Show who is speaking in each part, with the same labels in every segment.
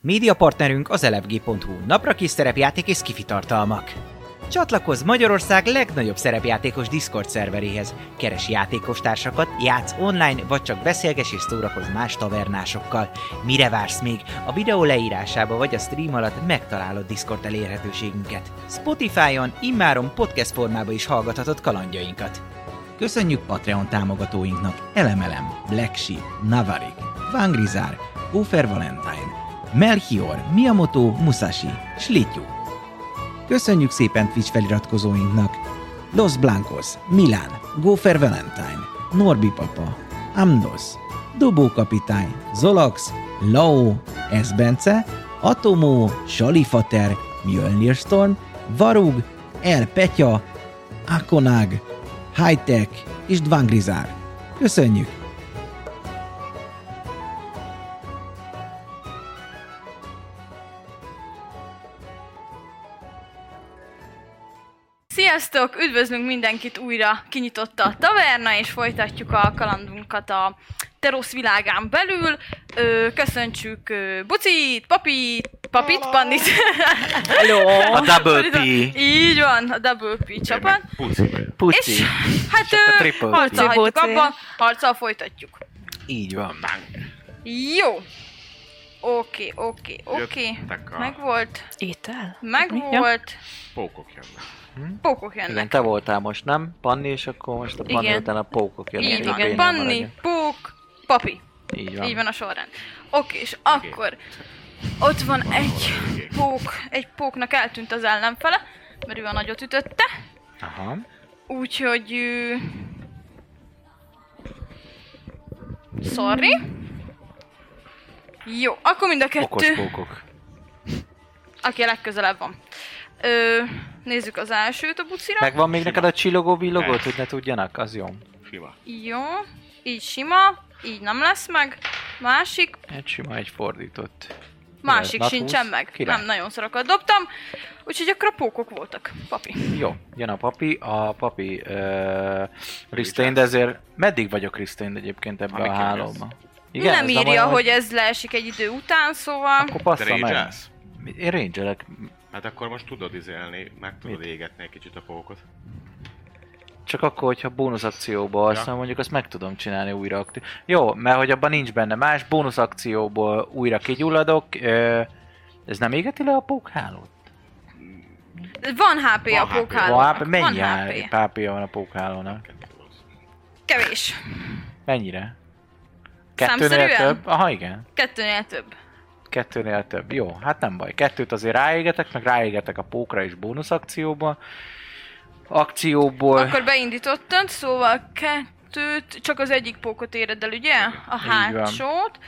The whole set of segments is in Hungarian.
Speaker 1: Médiapartnerünk az elefg.hu, napra kis szerepjáték és skifi tartalmak. Csatlakozz Magyarország legnagyobb szerepjátékos Discord szerveréhez. Keres játékostársakat, játsz online, vagy csak beszélges és szórakozz más tavernásokkal. Mire vársz még? A videó leírásába vagy a stream alatt megtalálod Discord elérhetőségünket. Spotify-on immáron podcast formába is hallgathatod kalandjainkat. Köszönjük Patreon támogatóinknak Elemelem, Black Sheep, Navarik, Vangrizár, Gófer Valentine, Melchior, Miyamoto, Musashi, Slityu. Köszönjük szépen Twitch feliratkozóinknak! Los Blancos, Milán, Gófer Valentine, Norbi Papa, Amnos, Dobó Kapitány, Zolax, Lao, Esbence, Atomó, Salifater, Mjölnir Storm, Varug, El Petya, Akonag, Hightech és Dvangrizár. Köszönjük!
Speaker 2: Sziasztok! Üdvözlünk mindenkit újra! Kinyitotta a taverna, és folytatjuk a kalandunkat a Terosz világán belül. Ö, köszöntsük ö, Bucit, Papit, Papit, Pannit.
Speaker 3: A Double P.
Speaker 2: Így van, a Double P csapat. És
Speaker 3: Puci.
Speaker 2: hát
Speaker 3: a
Speaker 2: ö,
Speaker 3: Triple P.
Speaker 2: harccal hagyjuk
Speaker 4: Buci.
Speaker 2: abba, harccal folytatjuk.
Speaker 3: Így van.
Speaker 2: Jó! Oké, oké, oké.
Speaker 5: Jöttek a
Speaker 2: Megvolt,
Speaker 4: Étel? Ja.
Speaker 2: megvolt.
Speaker 5: pókok jönnek.
Speaker 2: Pókok jönnek.
Speaker 3: Igen, te voltál most, nem? Panni, és akkor most a Panni
Speaker 2: Igen.
Speaker 3: után a pókok jönnek.
Speaker 2: Így
Speaker 3: hogy
Speaker 2: van,
Speaker 3: tényleg
Speaker 2: Panni,
Speaker 3: maradjon.
Speaker 2: Pók, Papi.
Speaker 3: Így van.
Speaker 2: Így van a sorrend. Oké, és akkor ott van egy pók, egy póknak eltűnt az ellenfele, mert ő a nagyot ütötte,
Speaker 3: Aha.
Speaker 2: úgyhogy ő... Sorry. Jó, akkor mind a
Speaker 3: Okos
Speaker 2: kettő,
Speaker 3: pókok.
Speaker 2: aki a legközelebb van. Ö, nézzük az elsőt a bucira.
Speaker 3: Megvan még neked a csillogó villogót,
Speaker 5: Persze.
Speaker 3: hogy ne tudjanak? Az jó.
Speaker 5: Sima.
Speaker 2: Jó, így sima, így nem lesz meg. Másik,
Speaker 3: Egy sima, egy fordított.
Speaker 2: másik
Speaker 3: Nat
Speaker 2: sincsen
Speaker 3: 20,
Speaker 2: meg.
Speaker 3: kilenc.
Speaker 2: Nem, nagyon szorokat dobtam, úgyhogy akkor a pókok voltak. Papi.
Speaker 3: Jó, jön a papi. A papi uh, restrained, ezért meddig vagyok restrained egyébként ebben a
Speaker 5: Amíg
Speaker 3: hálóban?
Speaker 2: Igen, nem
Speaker 3: ez
Speaker 2: írja,
Speaker 3: olyan,
Speaker 2: hogy ez leesik egy idő után, szóval...
Speaker 3: Akkor passza meg.
Speaker 5: Rage-elsz?
Speaker 3: Én rangelek.
Speaker 5: Hát akkor most tudod izélni, meg tudod égetni egy kicsit a pókot.
Speaker 3: Csak akkor, hogyha bónusz akcióba alszom, mondjuk azt meg tudom csinálni újra aktív. Jó, mert hogy abban nincs benne más, bónusz akcióból újra kigyulladok. Ö, ez nem égeti le a pókhálót?
Speaker 2: Van HP
Speaker 5: Van
Speaker 2: a
Speaker 5: HP.
Speaker 2: pókhálónak.
Speaker 3: Háp-
Speaker 2: Van
Speaker 3: hát mennyi
Speaker 2: HP.
Speaker 3: pápia van a pókhálónak?
Speaker 2: Kevés.
Speaker 3: Mennyire?
Speaker 2: Számszerűen?
Speaker 3: Kettőnél több? Aha, igen.
Speaker 2: Kettőnél több.
Speaker 3: Kettőnél több. Jó, hát nem baj. Kettőt azért ráégetek, meg ráégetek a pókra is bónusz akcióba. Akcióból...
Speaker 2: Akkor beindítottad, szóval kettőt, csak az egyik pókot éred el, ugye? A
Speaker 3: Így van.
Speaker 2: hátsót.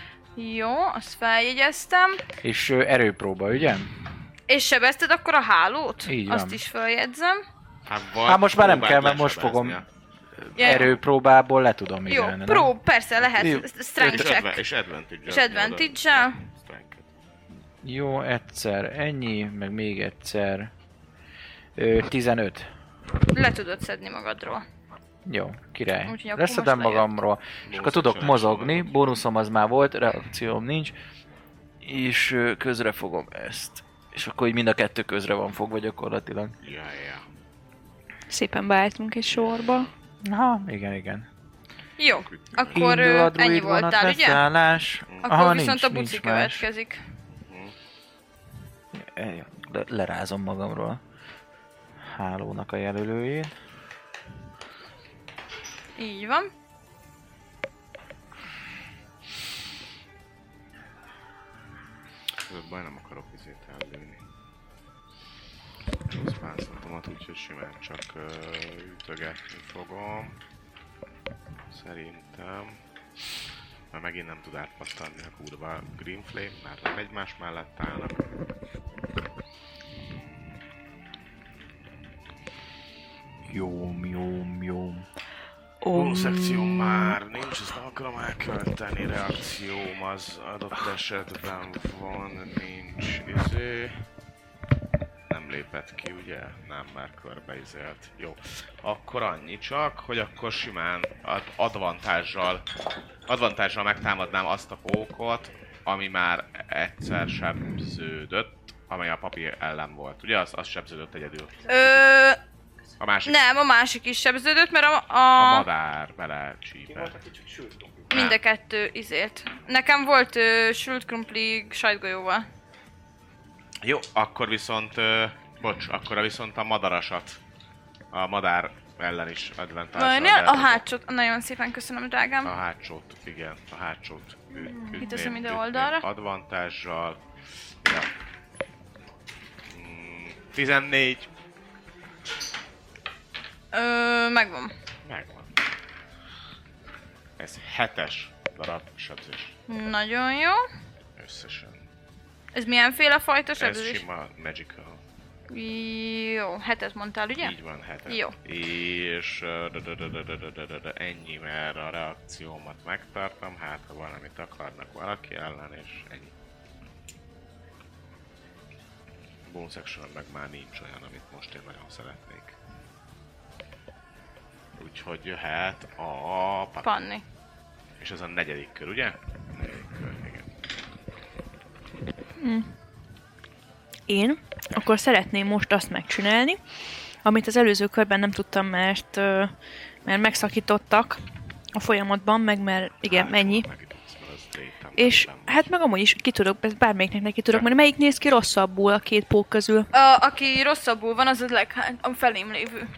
Speaker 2: Jó, azt feljegyeztem.
Speaker 3: És ö, erőpróba, ugye?
Speaker 2: És sebezted akkor a hálót?
Speaker 3: Így
Speaker 2: azt
Speaker 3: van.
Speaker 2: is feljegyzem.
Speaker 5: Hát, vagy
Speaker 3: Hát most már nem
Speaker 5: próbáld
Speaker 3: kell, mert most
Speaker 5: lesebeznie.
Speaker 2: Ja, jó.
Speaker 3: Erőpróbából le tudom
Speaker 2: Jó,
Speaker 3: igelni, nem?
Speaker 2: prób, persze,
Speaker 3: Jó.
Speaker 2: lehet. Strength
Speaker 5: És, adva-
Speaker 2: check.
Speaker 5: és advantage
Speaker 2: És advantage-el.
Speaker 3: Jó, egyszer ennyi, meg még egyszer. Ö, 15.
Speaker 2: Le tudod szedni magadról.
Speaker 3: Jó, király.
Speaker 2: Úgyhogy akkor
Speaker 3: Leszedem
Speaker 2: most lejött.
Speaker 3: magamról. És akkor tudok mozogni, bónuszom az már volt, reakcióm nincs. És ö, közre fogom ezt. És akkor így mind a kettő közre van fogva gyakorlatilag.
Speaker 5: Ja, ja.
Speaker 4: Szépen beálltunk egy sorba.
Speaker 3: Ha, igen, igen.
Speaker 2: Jó, akkor
Speaker 3: Indul
Speaker 2: ö,
Speaker 3: a
Speaker 2: ennyi
Speaker 3: druid vonat,
Speaker 2: voltál, ugye?
Speaker 3: leszállás.
Speaker 2: Akkor viszont a buci
Speaker 3: más.
Speaker 2: következik.
Speaker 3: Eljön. Le- lerázom magamról a hálónak a jelölőjét.
Speaker 2: Így van.
Speaker 5: Ez baj, nem akarok izét ellőni. Az pászatomat, úgyhogy simán csak ö, ütögetni fogom. Szerintem. Mert megint nem tud átpattanni a kurva Green Flame, mert nem egymás mellett állnak.
Speaker 3: Jóm, jóm, jóm.
Speaker 5: Bónusz akció már nincs, ezt nem akarom elkölteni, reakcióm az adott esetben van, nincs, izé... Nem lépett ki, ugye? Nem, már körbeizélt. Jó. Akkor annyi csak, hogy akkor simán ad- advantással, advantással megtámadnám azt a pókot, ami már egyszer sebződött, amely a papír ellen volt. Ugye az, az sebződött egyedül.
Speaker 2: Ö,
Speaker 5: A másik,
Speaker 2: nem, a másik is sebződött, mert a,
Speaker 5: a
Speaker 2: a,
Speaker 5: madár bele csípett.
Speaker 2: mind a kettő izért. Nekem volt ö, sült krumpli sajtgolyóval.
Speaker 5: Jó, akkor viszont, ö, bocs, akkor viszont a madarasat, a madár ellen is advantage
Speaker 2: Vajnél a hátsót, nagyon szépen köszönöm, drágám.
Speaker 5: A hátsót, igen, a hátsót. Üt, ütném,
Speaker 2: teszem ide
Speaker 5: ütném
Speaker 2: oldalra.
Speaker 5: Advantással. Ja. Mm, 14.
Speaker 2: Ö, megvan.
Speaker 5: Megvan. Ez hetes darab sebzés
Speaker 2: Nagyon jó.
Speaker 5: összesen.
Speaker 2: Ez milyenféle fajta
Speaker 5: Ez
Speaker 2: sebzés?
Speaker 5: sima magical.
Speaker 2: Jó, hetet mondtál, ugye?
Speaker 5: Így van, hetes.
Speaker 2: Jó.
Speaker 5: És ö, dö- dö- dö- dö- dö- dö- dö- dö- dö- ennyi, mert a reakciómat megtartom, hát ha valamit akarnak valaki ellen, és ennyi. Bonus action meg már nincs olyan, amit most én nagyon szeretnék. Úgyhogy jöhet a... pa-
Speaker 2: Panni.
Speaker 5: És ez a negyedik kör, ugye? Negyedik kör, igen.
Speaker 4: Én akkor szeretném most azt megcsinálni, amit az előző körben nem tudtam, mert, ö, mert megszakítottak a folyamatban, meg mert igen,
Speaker 5: Hát,
Speaker 4: mennyi.
Speaker 5: meg itt tudsz, mert az létem
Speaker 4: És
Speaker 5: nem.
Speaker 4: hát meg amúgy is ki tudok, ezt bármelyiknek neki tudok, mert melyik néz ki rosszabbul a két pók közül.
Speaker 2: A, aki rosszabbul van, az a leghány, a felém lévő.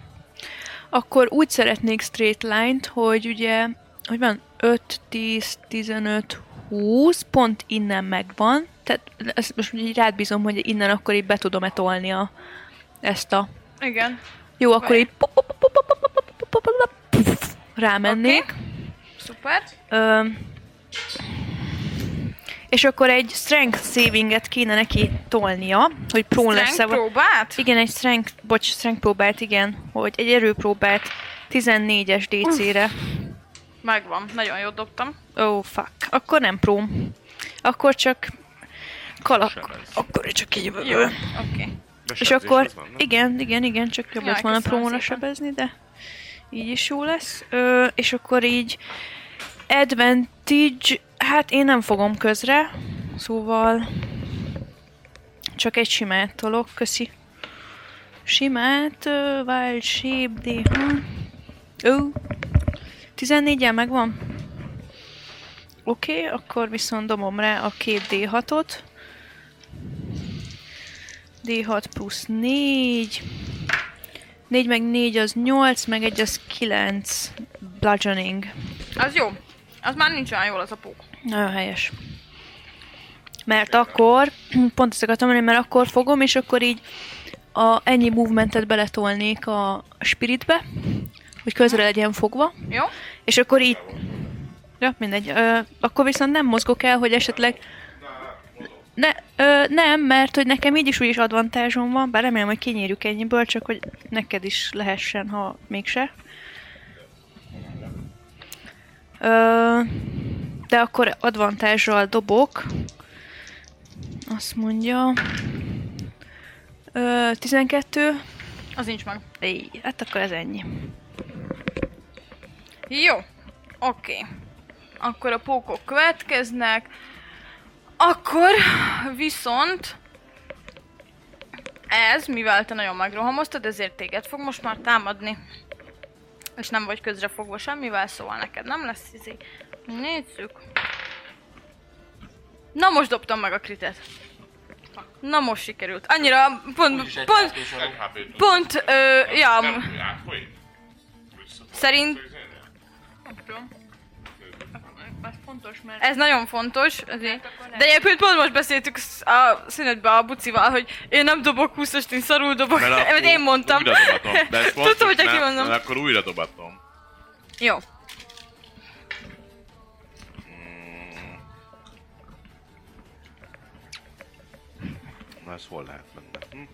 Speaker 4: Akkor úgy szeretnék straight line-t, hogy ugye, hogy van 5, 10, 15, 20, pont innen megvan. Tehát ezt most így rád bízom, hogy innen akkor így be tudom-e tolni a, ezt a...
Speaker 2: Igen.
Speaker 4: Jó, akkor
Speaker 2: Vaj.
Speaker 4: így pop, pop, pop, pop, pop, pop, pop, pop, pop, pop, puff, rámennék.
Speaker 2: Szuper.
Speaker 4: Öm, és akkor egy strength savinget kéne neki tolnia, hogy prone lesz-e.
Speaker 2: Strength
Speaker 4: vagy-
Speaker 2: próbát?
Speaker 4: igen, egy strength, bocs, strength próbált, igen, hogy egy erőpróbált 14-es DC-re.
Speaker 2: Megvan, nagyon jól dobtam.
Speaker 4: Oh, fuck. Akkor nem próm. Akkor csak kalak.
Speaker 5: Sebez.
Speaker 4: Akkor csak így
Speaker 2: Jó,
Speaker 4: jövő.
Speaker 2: oké. Okay.
Speaker 5: De
Speaker 4: És
Speaker 5: sebzés
Speaker 4: akkor,
Speaker 5: az van, nem?
Speaker 4: igen, igen, igen, csak jobb
Speaker 2: Jaj,
Speaker 4: lett volna
Speaker 2: köszönöm
Speaker 4: promóra
Speaker 2: szépen.
Speaker 4: sebezni, de így is jó lesz. Ö, és akkor így advantage, hát én nem fogom közre, szóval csak egy simát tolok, köszi. Simát, ö, wild shape, d Ó, 14-el megvan. Oké, okay, akkor viszont dobom rá a két D6-ot. D6 plusz 4. 4 meg 4 az 8, meg 1 az 9. Bludgeoning.
Speaker 2: Az jó. Az már nincs olyan jól az a pók.
Speaker 4: Nagyon helyes. Mert akkor, pont ezt akartam mondani, mert akkor fogom, és akkor így a, ennyi movementet beletolnék a spiritbe, hogy közre legyen fogva,
Speaker 2: Jó?
Speaker 4: és akkor így... Ja, mindegy. Ö, akkor viszont nem mozgok el, hogy esetleg... Ne, ö, nem, mert hogy nekem így is úgyis advantázsom van, bár remélem, hogy kinyírjuk ennyiből, csak hogy neked is lehessen, ha mégse. Ö, de akkor advantage dobok. Azt mondja... Ö, 12.
Speaker 2: Az nincs meg.
Speaker 4: Éj, hát akkor ez ennyi.
Speaker 2: Jó. Oké. Okay. Akkor a pókok következnek. Akkor viszont ez, mivel te nagyon megrohamoztad, ezért téged fog most már támadni. És nem vagy közre fogva semmivel, szóval neked nem lesz izé. Nézzük. Na most dobtam meg a kritet. Na most sikerült. Annyira pont, pont, pont, ö, ja, m- szerint
Speaker 4: Ez fontos, mert
Speaker 2: Ez nagyon fontos. Azért. De egyébként pont most beszéltük sz- a szünetben a bucival, hogy én nem dobok 20-ast, én szarul dobok.
Speaker 5: Mert akkor
Speaker 2: Mert én mondtam.
Speaker 5: Újra dobatom. De ez
Speaker 2: Tudtam, hogy
Speaker 5: fontos,
Speaker 2: csak
Speaker 5: nem?
Speaker 2: kimondom.
Speaker 5: Mert akkor újra dobatom.
Speaker 2: Jó.
Speaker 5: Na ez hol lehet benne? Hm?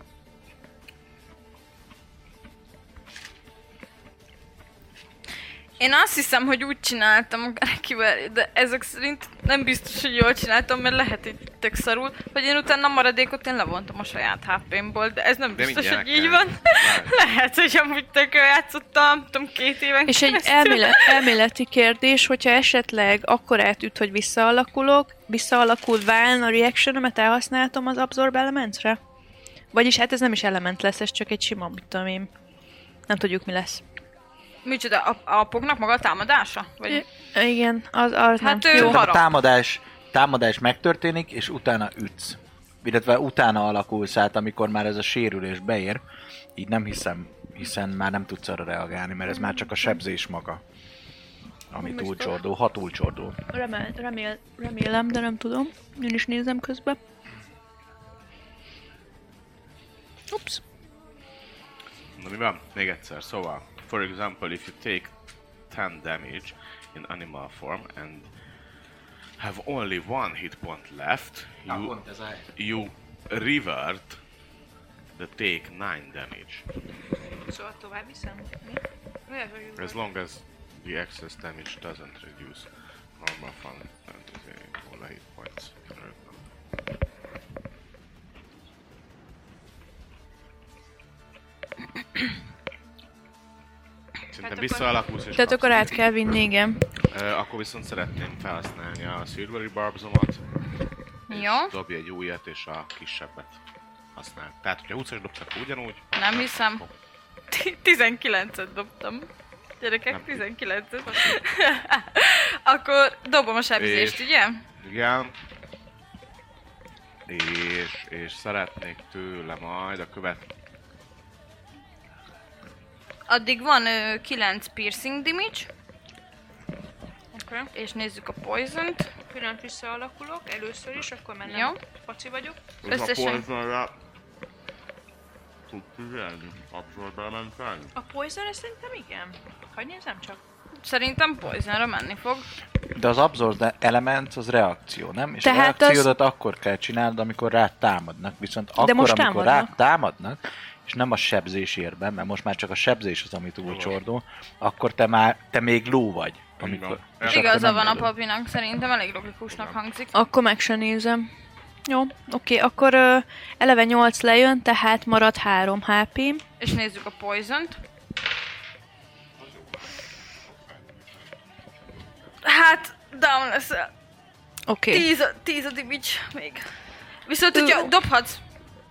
Speaker 2: Én azt hiszem, hogy úgy csináltam akárkivel, de ezek szerint nem biztos, hogy jól csináltam, mert lehet, hogy tök szarul, hogy én utána a maradékot én levontam a saját HP-mból, de ez nem
Speaker 5: De
Speaker 2: biztos,
Speaker 5: mindjárt
Speaker 2: hogy így
Speaker 5: kell.
Speaker 2: van.
Speaker 5: Várj.
Speaker 2: lehet, hogy amúgy tök jól játszottam, nem tudom, két éven
Speaker 4: És egy
Speaker 2: keresztül.
Speaker 4: elmélet, elméleti kérdés, hogyha esetleg akkor átüt, hogy visszaalakulok, visszaalakul válna a reactionomet, elhasználtam az absorb elementre? Vagyis hát ez nem is element lesz, ez csak egy sima, mit tudom én. Nem tudjuk, mi lesz.
Speaker 2: Micsoda, a, a pognak maga a támadása? Vagy...
Speaker 4: I- igen, az, az
Speaker 2: Hát
Speaker 4: nem.
Speaker 2: ő-
Speaker 4: Jó.
Speaker 2: Harap.
Speaker 3: Tehát a támadás, támadás megtörténik, és utána ütsz. Illetve utána alakulsz át, amikor már ez a sérülés beér. Így nem hiszem, hiszen már nem tudsz arra reagálni, mert ez már csak a sebzés maga. Ami
Speaker 4: Most
Speaker 3: túlcsordó, ha túlcsordó.
Speaker 4: Remél, remél, remélem, de nem tudom. Én is nézem közben. Ups.
Speaker 5: Na mi van? Még egyszer. Szóval, for example, if you take 10 damage in animal form and have only one hit point left, you, you revert the take 9 damage.
Speaker 4: Szóval tovább viszem.
Speaker 5: As long as the excess damage doesn't reduce normal fun and uh, all hit points. Szerintem visszaalakulsz és
Speaker 4: Tehát
Speaker 5: kapsz.
Speaker 4: akkor át kell vinni, igen.
Speaker 5: Ö, akkor viszont szeretném felhasználni a Silvery Barbzomat.
Speaker 2: Jó,
Speaker 5: Dobj egy újat és a kisebbet használ. Tehát, hogyha 20-as dobsz, akkor ugyanúgy.
Speaker 2: nem hiszem. Ti- 19-et dobtam. Gyerekek,
Speaker 5: Nem.
Speaker 2: 19-et. Akkor dobom a sebzést,
Speaker 5: És-
Speaker 2: ugye?
Speaker 5: Igen. És, és szeretnék tőle majd a követ...
Speaker 2: Addig van ö, 9 piercing damage. Okay. És nézzük a poison-t.
Speaker 4: Pillanat visszaalakulok, először is, akkor már
Speaker 2: nem Jó.
Speaker 4: faci vagyok.
Speaker 2: Összesen.
Speaker 5: Tud figyelni? Abszolút nem fel?
Speaker 4: A poison szerintem igen. Hagyj nézem csak.
Speaker 2: Szerintem poisonra menni fog.
Speaker 3: De az absorb element az reakció, nem? És
Speaker 4: Tehát
Speaker 3: Tehát
Speaker 4: az-
Speaker 3: a reakciódat az... akkor kell csinálnod, amikor rád támadnak. Viszont akkor,
Speaker 4: most
Speaker 3: amikor
Speaker 4: támadnak.
Speaker 3: rád támadnak, és nem a sebzés ér be, mert most már csak a sebzés az, amit túl csordó, akkor te már, te még ló vagy. Amikor,
Speaker 5: Így
Speaker 3: és
Speaker 5: van.
Speaker 3: akkor
Speaker 2: Igaza
Speaker 3: nem
Speaker 2: van a
Speaker 3: lövöd.
Speaker 2: papinak, szerintem elég logikusnak hangzik.
Speaker 4: Akkor meg se nézem. Jó, oké, akkor ö, eleve 8 lejön, tehát marad 3 hp -m.
Speaker 2: És nézzük a poison-t. Hát, down leszel.
Speaker 4: Oké,
Speaker 2: Tíz, a- tíz a damage még. Viszont,
Speaker 4: Ö.
Speaker 2: hogyha dobhatsz,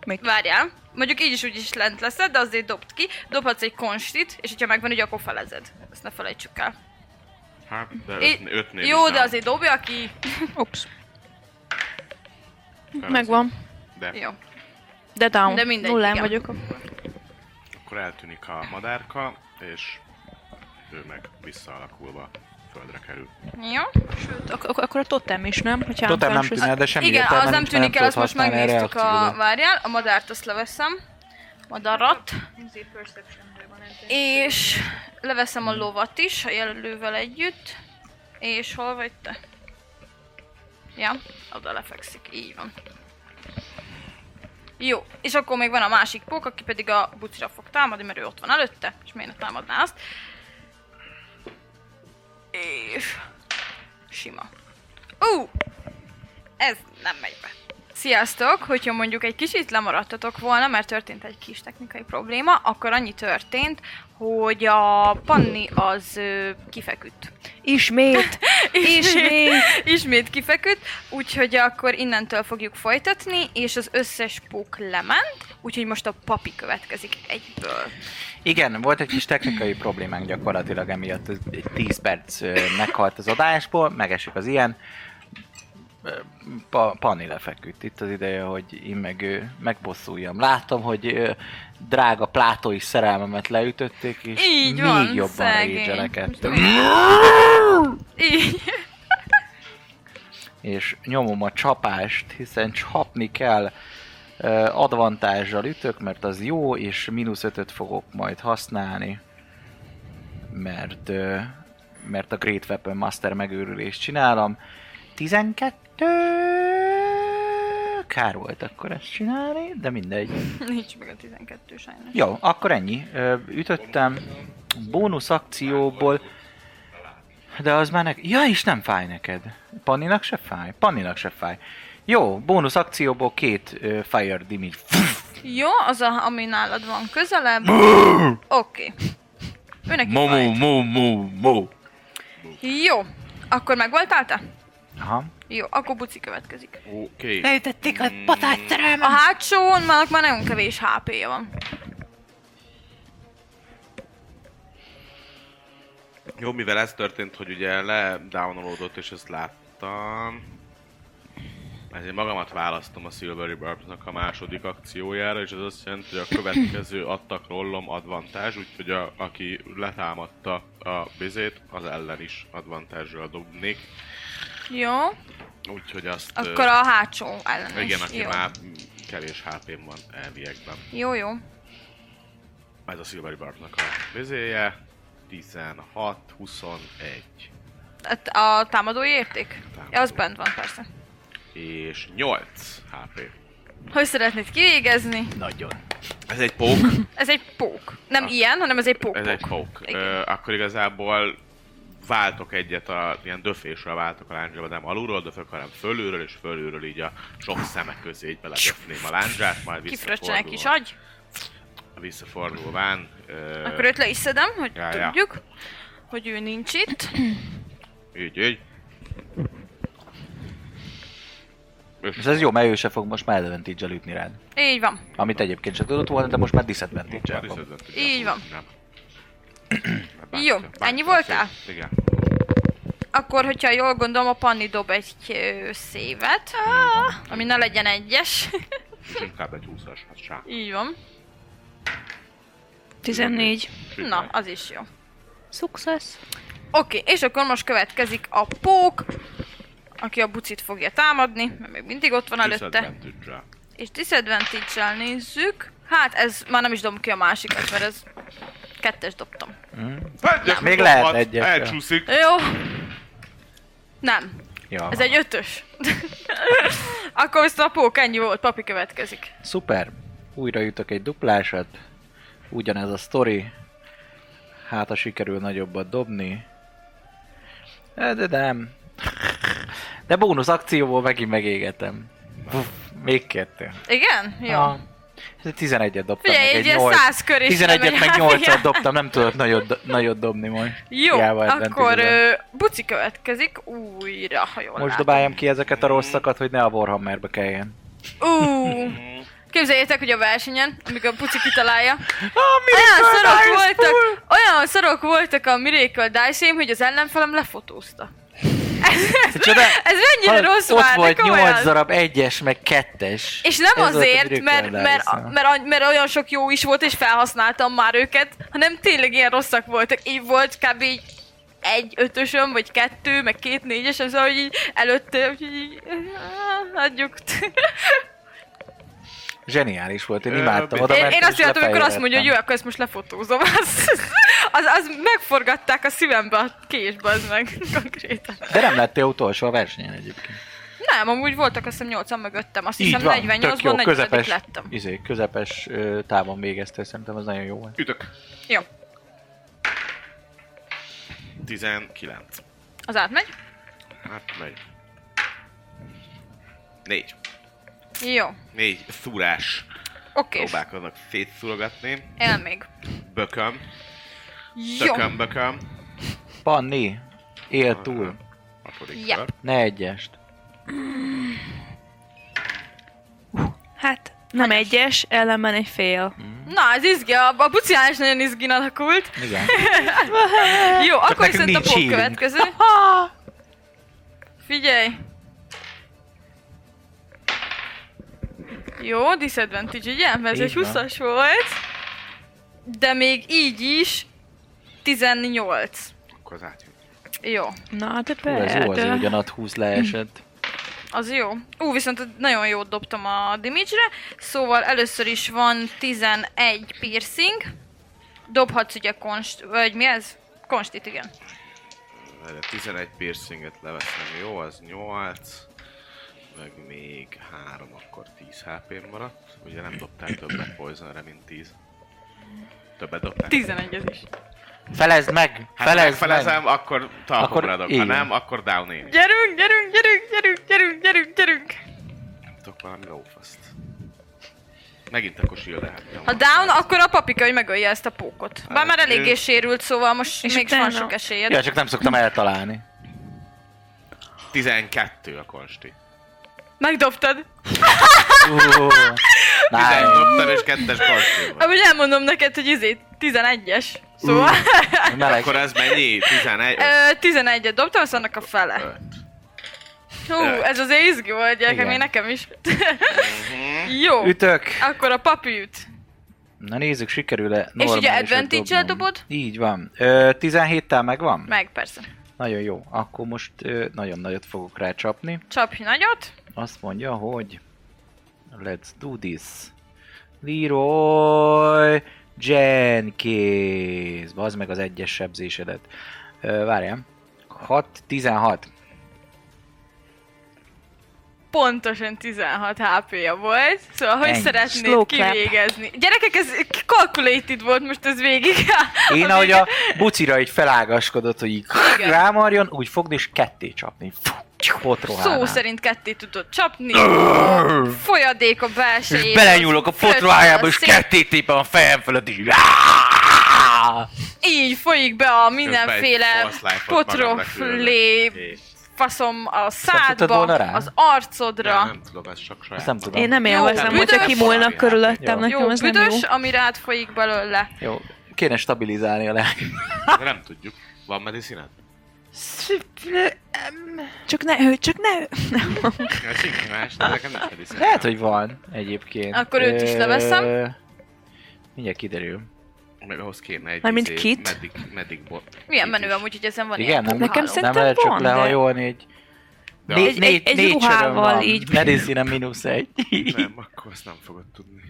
Speaker 4: még
Speaker 2: várjál, mondjuk így is úgy is lent leszed, de azért dobd ki, dobhatsz egy konstit, és hogyha megvan, ugye akkor felezed. Ezt ne felejtsük el.
Speaker 5: Hát, de
Speaker 2: É,
Speaker 5: 5
Speaker 2: Jó, de azért dobja, aki...
Speaker 4: Ups, megvan.
Speaker 5: De
Speaker 2: Jó.
Speaker 4: De down.
Speaker 2: De mindegy,
Speaker 4: Nullán
Speaker 2: igen.
Speaker 4: vagyok akkor.
Speaker 5: akkor eltűnik a madárka, és ő meg visszaalakulva földre kerül.
Speaker 2: Jó.
Speaker 4: Ak- ak- akkor a totem is, nem? Hogyha
Speaker 3: Totem nem
Speaker 4: unconscious-
Speaker 3: tűnne, de semmi
Speaker 2: Igen,
Speaker 3: értelme
Speaker 2: az nem
Speaker 3: nincs,
Speaker 2: tűnik
Speaker 3: mert
Speaker 2: el, azt most
Speaker 3: tudod használni
Speaker 2: megnéztük a...
Speaker 3: reakciódat.
Speaker 2: Várjál, a madárt azt leveszem. Madarat. És leveszem a lovat is, a jelölővel együtt. És hol vagy te? Ja, oda lefekszik, így van. Jó, és akkor még van a másik pók, aki pedig a bucira fog támadni, mert ő ott van előtte, és miért ne támadná azt. És... Sima. Ú! Ez nem megy be. Sziasztok! Hogyha mondjuk egy kicsit lemaradtatok volna, mert történt egy kis technikai probléma, akkor annyi történt, hogy a Panni az ö, kifeküdt.
Speaker 4: Ismét! Ismét!
Speaker 2: Ismét kifeküdt, úgyhogy akkor innentől fogjuk folytatni, és az összes pók lement, úgyhogy most a papi következik egyből.
Speaker 3: Igen, volt egy kis technikai problémánk gyakorlatilag emiatt, Ez egy 10 perc ö, meghalt az adásból, megesik az ilyen, Ö, pa, Panni lefeküdt. Itt az ideje, hogy én meg ő megbosszuljam. Láttam, hogy ö, drága plátói szerelmemet leütötték, és
Speaker 2: Így
Speaker 3: még
Speaker 2: van,
Speaker 3: jobban
Speaker 2: szegény.
Speaker 3: régyelek ettől.
Speaker 2: Így.
Speaker 3: És nyomom a csapást, hiszen csapni kell Ö, advantással ütök, mert az jó, és mínusz ötöt fogok majd használni, mert, ö, mert a Great Weapon Master megőrülést csinálom. 12 kár volt akkor ezt csinálni, de mindegy.
Speaker 2: Nincs meg a 12 sajnos.
Speaker 3: Jó, akkor ennyi. Ö, Ütöttem bónusz akcióból De az már neked... Ja, és nem fáj neked. Panninak se fáj? Panninak se fáj. Jó, bónusz akcióból két ö, fire damage.
Speaker 2: Jó, az, a, ami nálad van közelebb. Oké. Őnek is
Speaker 3: Mo,
Speaker 2: fájt.
Speaker 3: mo, mo, mo.
Speaker 2: Jó. Akkor megvoltál te?
Speaker 3: Aha.
Speaker 2: Jó, akkor buci következik.
Speaker 5: Oké.
Speaker 1: Leütötték a patát szerelme!
Speaker 2: A hátsón már, már nagyon kevés HP-ja van.
Speaker 5: Jó, mivel ez történt, hogy ugye ledownolódott, és ezt láttam, ezért magamat választom a Silvery Barbs-nak a második akciójára, és ez azt jelenti, hogy a következő adtak rollom advantage, úgyhogy a, aki letámadta a bizét, az ellen is advantage dobnék.
Speaker 2: Jó.
Speaker 5: Úgyhogy azt... ö,
Speaker 2: Akkor a hátsó ellen
Speaker 5: igen,
Speaker 2: is.
Speaker 5: aki
Speaker 2: jó.
Speaker 5: már mm, kevés HP-n van elviekben.
Speaker 2: Jó, jó.
Speaker 5: Ez a Silvery Barbs-nak a bizéje. 16, 21.
Speaker 2: Hát A támadói érték?
Speaker 5: Támadó.
Speaker 2: Ja, az bent van, persze.
Speaker 5: és 8 HP.
Speaker 2: Hogy szeretnéd kivégezni?
Speaker 3: Nagyon.
Speaker 5: Ez egy pók?
Speaker 2: Ez egy pók. Nem ilyen, hanem ez egy pók.
Speaker 5: Ez egy pók.
Speaker 2: Igen.
Speaker 5: Ö, akkor igazából váltok egyet, a, ilyen döfésről váltok a lándzsába, nem alulról döfök, hanem fölülről és fölülről így a sok szemek közé így beledöfném a lándzsát, majd
Speaker 2: Kifröccsen egy kis
Speaker 5: visszafordulva,
Speaker 2: agy.
Speaker 5: visszafordulván, ö,
Speaker 2: Akkor őt le is szedem, hogy
Speaker 5: Já, já.
Speaker 2: tudjuk, hogy ő nincs itt.
Speaker 5: így, így. És
Speaker 3: És ez jó, mert ő se fog most már advantage ütni rád.
Speaker 2: Így van.
Speaker 3: Amit egyébként sem tudott volna, de most már disadvantage
Speaker 5: Már
Speaker 3: fog.
Speaker 5: disadvantage-el
Speaker 2: Így van.
Speaker 5: fog, nem.
Speaker 2: Jó, ennyi voltál?
Speaker 5: Igen.
Speaker 2: Akkor, hogyha jól gondolom, a Panni dob egy ö, szévet, ami ne legyen egyes.
Speaker 5: Inkább egy 20-as, hát sá.
Speaker 2: Így van.
Speaker 4: 14.
Speaker 2: Na, az is jó.
Speaker 4: Success.
Speaker 2: Oké, és akkor most következik a pók, aki a bucit fogja támadni, mert még mindig ott van előtte.
Speaker 5: Disadvantage-el.
Speaker 2: És disadvantage nézzük. Hát ez már nem is dobom ki a másikat, mert ez kettes dobtam.
Speaker 5: Egyes,
Speaker 3: Még
Speaker 5: dobhat,
Speaker 3: lehet egyes, ja.
Speaker 5: Elcsúszik.
Speaker 2: Jó. Nem.
Speaker 3: Ja.
Speaker 2: Ez egy ötös. Akkor viszont a pók ennyi volt, papi következik.
Speaker 3: Szuper. Újra jutok egy duplásat. Ugyanez a sztori. Hát, ha sikerül nagyobbat dobni. Eh, De, de nem. De bónusz akcióból megint megégetem. Puff, még kettő.
Speaker 2: Igen? Jó.
Speaker 3: Ah, 11-et dobtam,
Speaker 2: Figyelj,
Speaker 3: meg
Speaker 2: egy ilyen
Speaker 3: 8
Speaker 2: száz kör is
Speaker 3: 11-et
Speaker 2: lemegy
Speaker 3: meg
Speaker 2: a
Speaker 3: 8-at
Speaker 2: háján.
Speaker 3: dobtam, nem tudott nagyot, do- nagyot dobni most.
Speaker 2: Jó,
Speaker 3: Hiába
Speaker 2: akkor
Speaker 3: advantage-el.
Speaker 2: ö, buci következik újra, ha jól
Speaker 3: Most
Speaker 2: látom.
Speaker 3: dobáljam ki ezeket a rosszakat, hogy ne a Warhammerbe kelljen.
Speaker 2: Ú, képzeljétek, hogy a versenyen, amikor a puci kitalálja, olyan szarok, voltak, olyan szarok voltak a Miracle dice hogy az ellenfelem lefotózta. Ez, ez,
Speaker 3: Csoda.
Speaker 2: ez mennyire
Speaker 3: Hallod,
Speaker 2: rossz
Speaker 3: Ott
Speaker 2: már, de
Speaker 3: volt 8
Speaker 2: komolyan.
Speaker 3: darab, 1-es, meg 2-es.
Speaker 2: És nem
Speaker 3: Ez volt a
Speaker 2: azért,
Speaker 3: Miracle
Speaker 2: mert,
Speaker 3: Dice.
Speaker 2: mert, mert, any- mert olyan sok jó is volt, és felhasználtam már őket, hanem tényleg ilyen rosszak voltak. Így volt kb. így egy ötösöm, vagy kettő, meg két négyesem, szóval hogy így előtte, hogy így, áh, adjuk.
Speaker 3: Zseniális volt, én
Speaker 5: Ö,
Speaker 3: imádtam.
Speaker 5: én-
Speaker 3: Oda
Speaker 2: Én,
Speaker 3: mentem
Speaker 2: én
Speaker 3: és
Speaker 2: azt jöttem, amikor azt
Speaker 3: lefejlettem.
Speaker 2: mondja, hogy jó, akkor ezt most lefotózom. Az, az, az megforgatták a szívembe a késbe, az meg konkrétan.
Speaker 3: De nem lettél utolsó a versenyen egyébként.
Speaker 2: Nem, amúgy voltak azt hiszem 80 mögöttem, azt hiszem
Speaker 3: tök jó,
Speaker 2: 48-ban 40
Speaker 3: közepes,
Speaker 2: lettem.
Speaker 3: Izé, közepes ö, távon végeztél, szerintem az nagyon jó volt.
Speaker 5: Ütök.
Speaker 2: Jó,
Speaker 5: 19.
Speaker 2: az átmegy.
Speaker 5: Hát megy. Négy.
Speaker 2: Jó,
Speaker 5: Négy szúrás.
Speaker 2: oké.
Speaker 5: Próbálkoznak szétszúrogatni.
Speaker 2: El még.
Speaker 5: Bököm.
Speaker 2: Jó.
Speaker 5: Tököm, bököm.
Speaker 3: Panni, él túl,
Speaker 5: Hatodik
Speaker 2: Ja.
Speaker 5: kör.
Speaker 3: ne egyest.
Speaker 4: Hát, nem egyes, ellenben egy fél.
Speaker 2: Na, ez izgi, a, a bucián is nagyon izgin alakult.
Speaker 3: Igen.
Speaker 2: Jó, akkor
Speaker 3: nekünk
Speaker 2: viszont a
Speaker 3: nincs
Speaker 2: pók
Speaker 3: hírünk.
Speaker 2: következő. Figyelj! Jó, disadvantage, ugye? Mert ez egy
Speaker 3: Így van.
Speaker 2: 20-as volt. De még így is 18.
Speaker 5: Akkor az átjön.
Speaker 2: Jó,
Speaker 4: Na, de
Speaker 3: Hú, ez jó azért, hogy a
Speaker 4: például.
Speaker 3: nat 20 leesett.
Speaker 2: az jó. Ú, viszont nagyon jót dobtam a damage-re. Szóval először is van 11 piercing. Dobhatsz ugye konst... Vagy mi ez? Konstit, igen.
Speaker 5: Erre 11 piercinget leveszem. Jó, az 8. Meg még 3, akkor 10 HP-n maradt. Ugye nem dobtál többet poisonre, mint 10. Többet dobtál?
Speaker 2: 11 is.
Speaker 3: Felezd meg!
Speaker 5: Hát
Speaker 3: Felezd meg!
Speaker 5: felezem, akkor talpokra
Speaker 3: Akkor
Speaker 5: adok. Ha
Speaker 3: így.
Speaker 5: nem, akkor down én.
Speaker 2: Gyerünk, gyerünk, gyerünk, gyerünk, gyerünk, gyerünk, gyerünk!
Speaker 5: Tudok valami lófaszt. Megint akkor shield hát nem.
Speaker 2: Ha down, akkor a papika, hogy megölje ezt a pókot. Bár
Speaker 5: Hát,
Speaker 2: már eléggé
Speaker 5: ő-
Speaker 2: sérült, szóval most
Speaker 4: És
Speaker 2: még van
Speaker 4: utána-
Speaker 2: sok esélyed.
Speaker 3: Ja, csak nem szoktam eltalálni.
Speaker 5: 12 a konsti.
Speaker 2: Megdobtad.
Speaker 3: Ú,
Speaker 5: Tizenegy
Speaker 3: Nice.
Speaker 5: dobtam és 2-es konsti volt.
Speaker 2: Amúgy elmondom neked, hogy izé 11-es. Szóval...
Speaker 3: Meleg.
Speaker 5: Akkor ez mennyi? 11?
Speaker 2: Ö, 11-et dobtam, az annak a fele.
Speaker 5: Öt.
Speaker 2: Hú, ez azért izgi volt, gyerekek,
Speaker 3: Igen. Mhm.
Speaker 2: még nekem is. Jó,
Speaker 3: Ütök.
Speaker 2: akkor a papi üt.
Speaker 3: Na nézzük, sikerül-e
Speaker 2: ugye
Speaker 3: normálisat
Speaker 2: advantage-el
Speaker 3: dobnom.
Speaker 2: dobod?
Speaker 3: Így van. Ö, 17-tel megvan?
Speaker 2: Meg persze.
Speaker 3: Nagyon jó. Akkor most ö, nagyon nagyot fogok rácsapni.
Speaker 2: Csapj nagyot.
Speaker 3: Azt mondja, hogy let's do this. Leroy Jenkins. Bazd meg az egyes sebzésedet. Ö, Várjál. 6-16.
Speaker 2: Pontosan 16 HP-ja volt, szóval hogy
Speaker 3: Ennyi.
Speaker 2: szeretnéd
Speaker 4: Slow clap.
Speaker 2: kivégezni. Gyerekek, ez calculated volt most ez végig.
Speaker 3: Én ahogy a bucira így felágaskodott, hogy így
Speaker 2: Igen.
Speaker 3: rámarjon, úgy fogd és ketté csapni. Fú, Ott rohálnál.
Speaker 2: Szó szerint ketté tudod csapni. Folyadék a belsejében.
Speaker 3: És belenyúlok a
Speaker 2: Flöccöl
Speaker 3: fotruhájába, és
Speaker 2: szét.
Speaker 3: ketté tépem a fejem fölött, és így-
Speaker 2: Így folyik be a
Speaker 5: Közben egy
Speaker 2: mindenféle
Speaker 5: false life-ot magamnak
Speaker 2: potroflé
Speaker 5: ülök.
Speaker 2: faszom a
Speaker 3: tudtad
Speaker 2: szádba,
Speaker 3: volna rá?
Speaker 2: az
Speaker 5: Nem,
Speaker 2: arcodra.
Speaker 5: nem tudom, ez csak saját.
Speaker 3: Azt nem tudom.
Speaker 4: Én nem
Speaker 2: Jó,
Speaker 4: élvezem,
Speaker 2: büdös.
Speaker 4: hogyha kimúlnak körülöttem,
Speaker 3: Jó.
Speaker 2: Jó,
Speaker 4: nekem ez nem jó.
Speaker 2: büdös, ami rád folyik belőle.
Speaker 3: Jó, kéne stabilizálni a lelket.
Speaker 5: De nem tudjuk. Van medicinát?
Speaker 4: Csak ne, csak ne.
Speaker 5: Ez így más, de nekem nem medicinát.
Speaker 3: Lehet, hogy van egyébként.
Speaker 2: Akkor őt is
Speaker 3: Ö,
Speaker 2: leveszem.
Speaker 3: Mindjárt kiderül.
Speaker 5: Meg ahhoz kéne egy
Speaker 4: Mármint
Speaker 5: izé,
Speaker 4: kit?
Speaker 5: Medic, medic bot.
Speaker 2: Milyen
Speaker 5: Kit
Speaker 2: menő
Speaker 5: is.
Speaker 2: amúgy, hogy ezen van
Speaker 3: Igen, nem,
Speaker 2: ilyen
Speaker 4: Nekem
Speaker 2: puháló.
Speaker 3: nem
Speaker 4: szerintem
Speaker 3: lehet csak
Speaker 4: van, de-
Speaker 3: lehajolni egy...
Speaker 5: De
Speaker 3: Né-
Speaker 4: Egy-
Speaker 3: né-
Speaker 4: egy- egy
Speaker 3: négy söröm
Speaker 4: ruhával
Speaker 3: van.
Speaker 4: így.
Speaker 3: Medicine mínusz egy.
Speaker 5: Nem, akkor azt nem fogod tudni.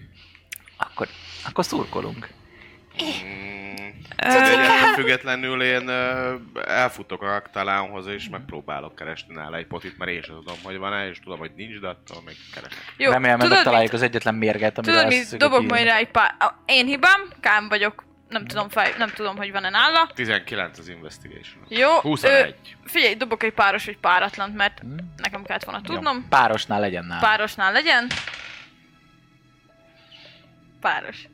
Speaker 3: Akkor, akkor szurkolunk.
Speaker 5: Mm. De egyetlen függetlenül én ö, elfutok a Talánhoz, és megpróbálok keresni nála egy potit, mert én sem tudom, hogy van-e, és tudom, hogy nincs, de attól még keresek.
Speaker 2: Jó,
Speaker 3: Remélem,
Speaker 2: tudod,
Speaker 3: megtaláljuk
Speaker 2: mit,
Speaker 3: az egyetlen mérget, amire
Speaker 2: tudod,
Speaker 3: azt
Speaker 2: mit
Speaker 3: szökött
Speaker 2: dobok
Speaker 3: ki.
Speaker 2: majd rá egy pár... a- Én hibám, kám vagyok. Nem tudom, fej, nem tudom, hogy van-e nála.
Speaker 5: 19 az investigation.
Speaker 2: Jó,
Speaker 5: 21.
Speaker 2: Ö, figyelj, dobok egy páros vagy páratlant, mert
Speaker 3: Hmm.
Speaker 2: nekem kellett volna
Speaker 3: Jó,
Speaker 2: tudnom.
Speaker 3: Párosnál legyen nálam.
Speaker 2: Párosnál legyen. Páros.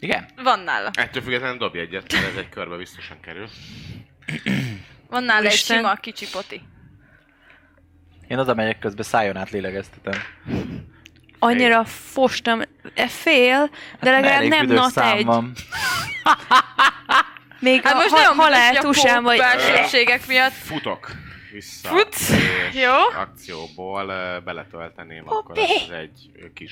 Speaker 3: Igen?
Speaker 2: Van nála.
Speaker 5: Ettől függetlenül dobj egyet, mert ez egy körbe biztosan kerül.
Speaker 2: Van nála egy
Speaker 4: Úristen.
Speaker 2: sima kicsi poti.
Speaker 3: Én oda megyek közben, szájon át lélegeztetem.
Speaker 4: Annyira fostam. E fél,
Speaker 2: Hát
Speaker 4: de legalább
Speaker 3: Elég
Speaker 4: nem
Speaker 3: büdös
Speaker 4: not
Speaker 3: szám
Speaker 4: egy.
Speaker 3: van.
Speaker 4: Még
Speaker 2: Hát
Speaker 4: a
Speaker 2: most
Speaker 4: ha-
Speaker 2: nagyon
Speaker 4: halál
Speaker 2: halál
Speaker 4: tusán vagy...
Speaker 2: belsőségek miatt.
Speaker 5: Futok vissza.
Speaker 2: Fut.
Speaker 5: és
Speaker 2: Jó.
Speaker 5: akcióból ö, beletölteném akkor ezt az egy ö, kis...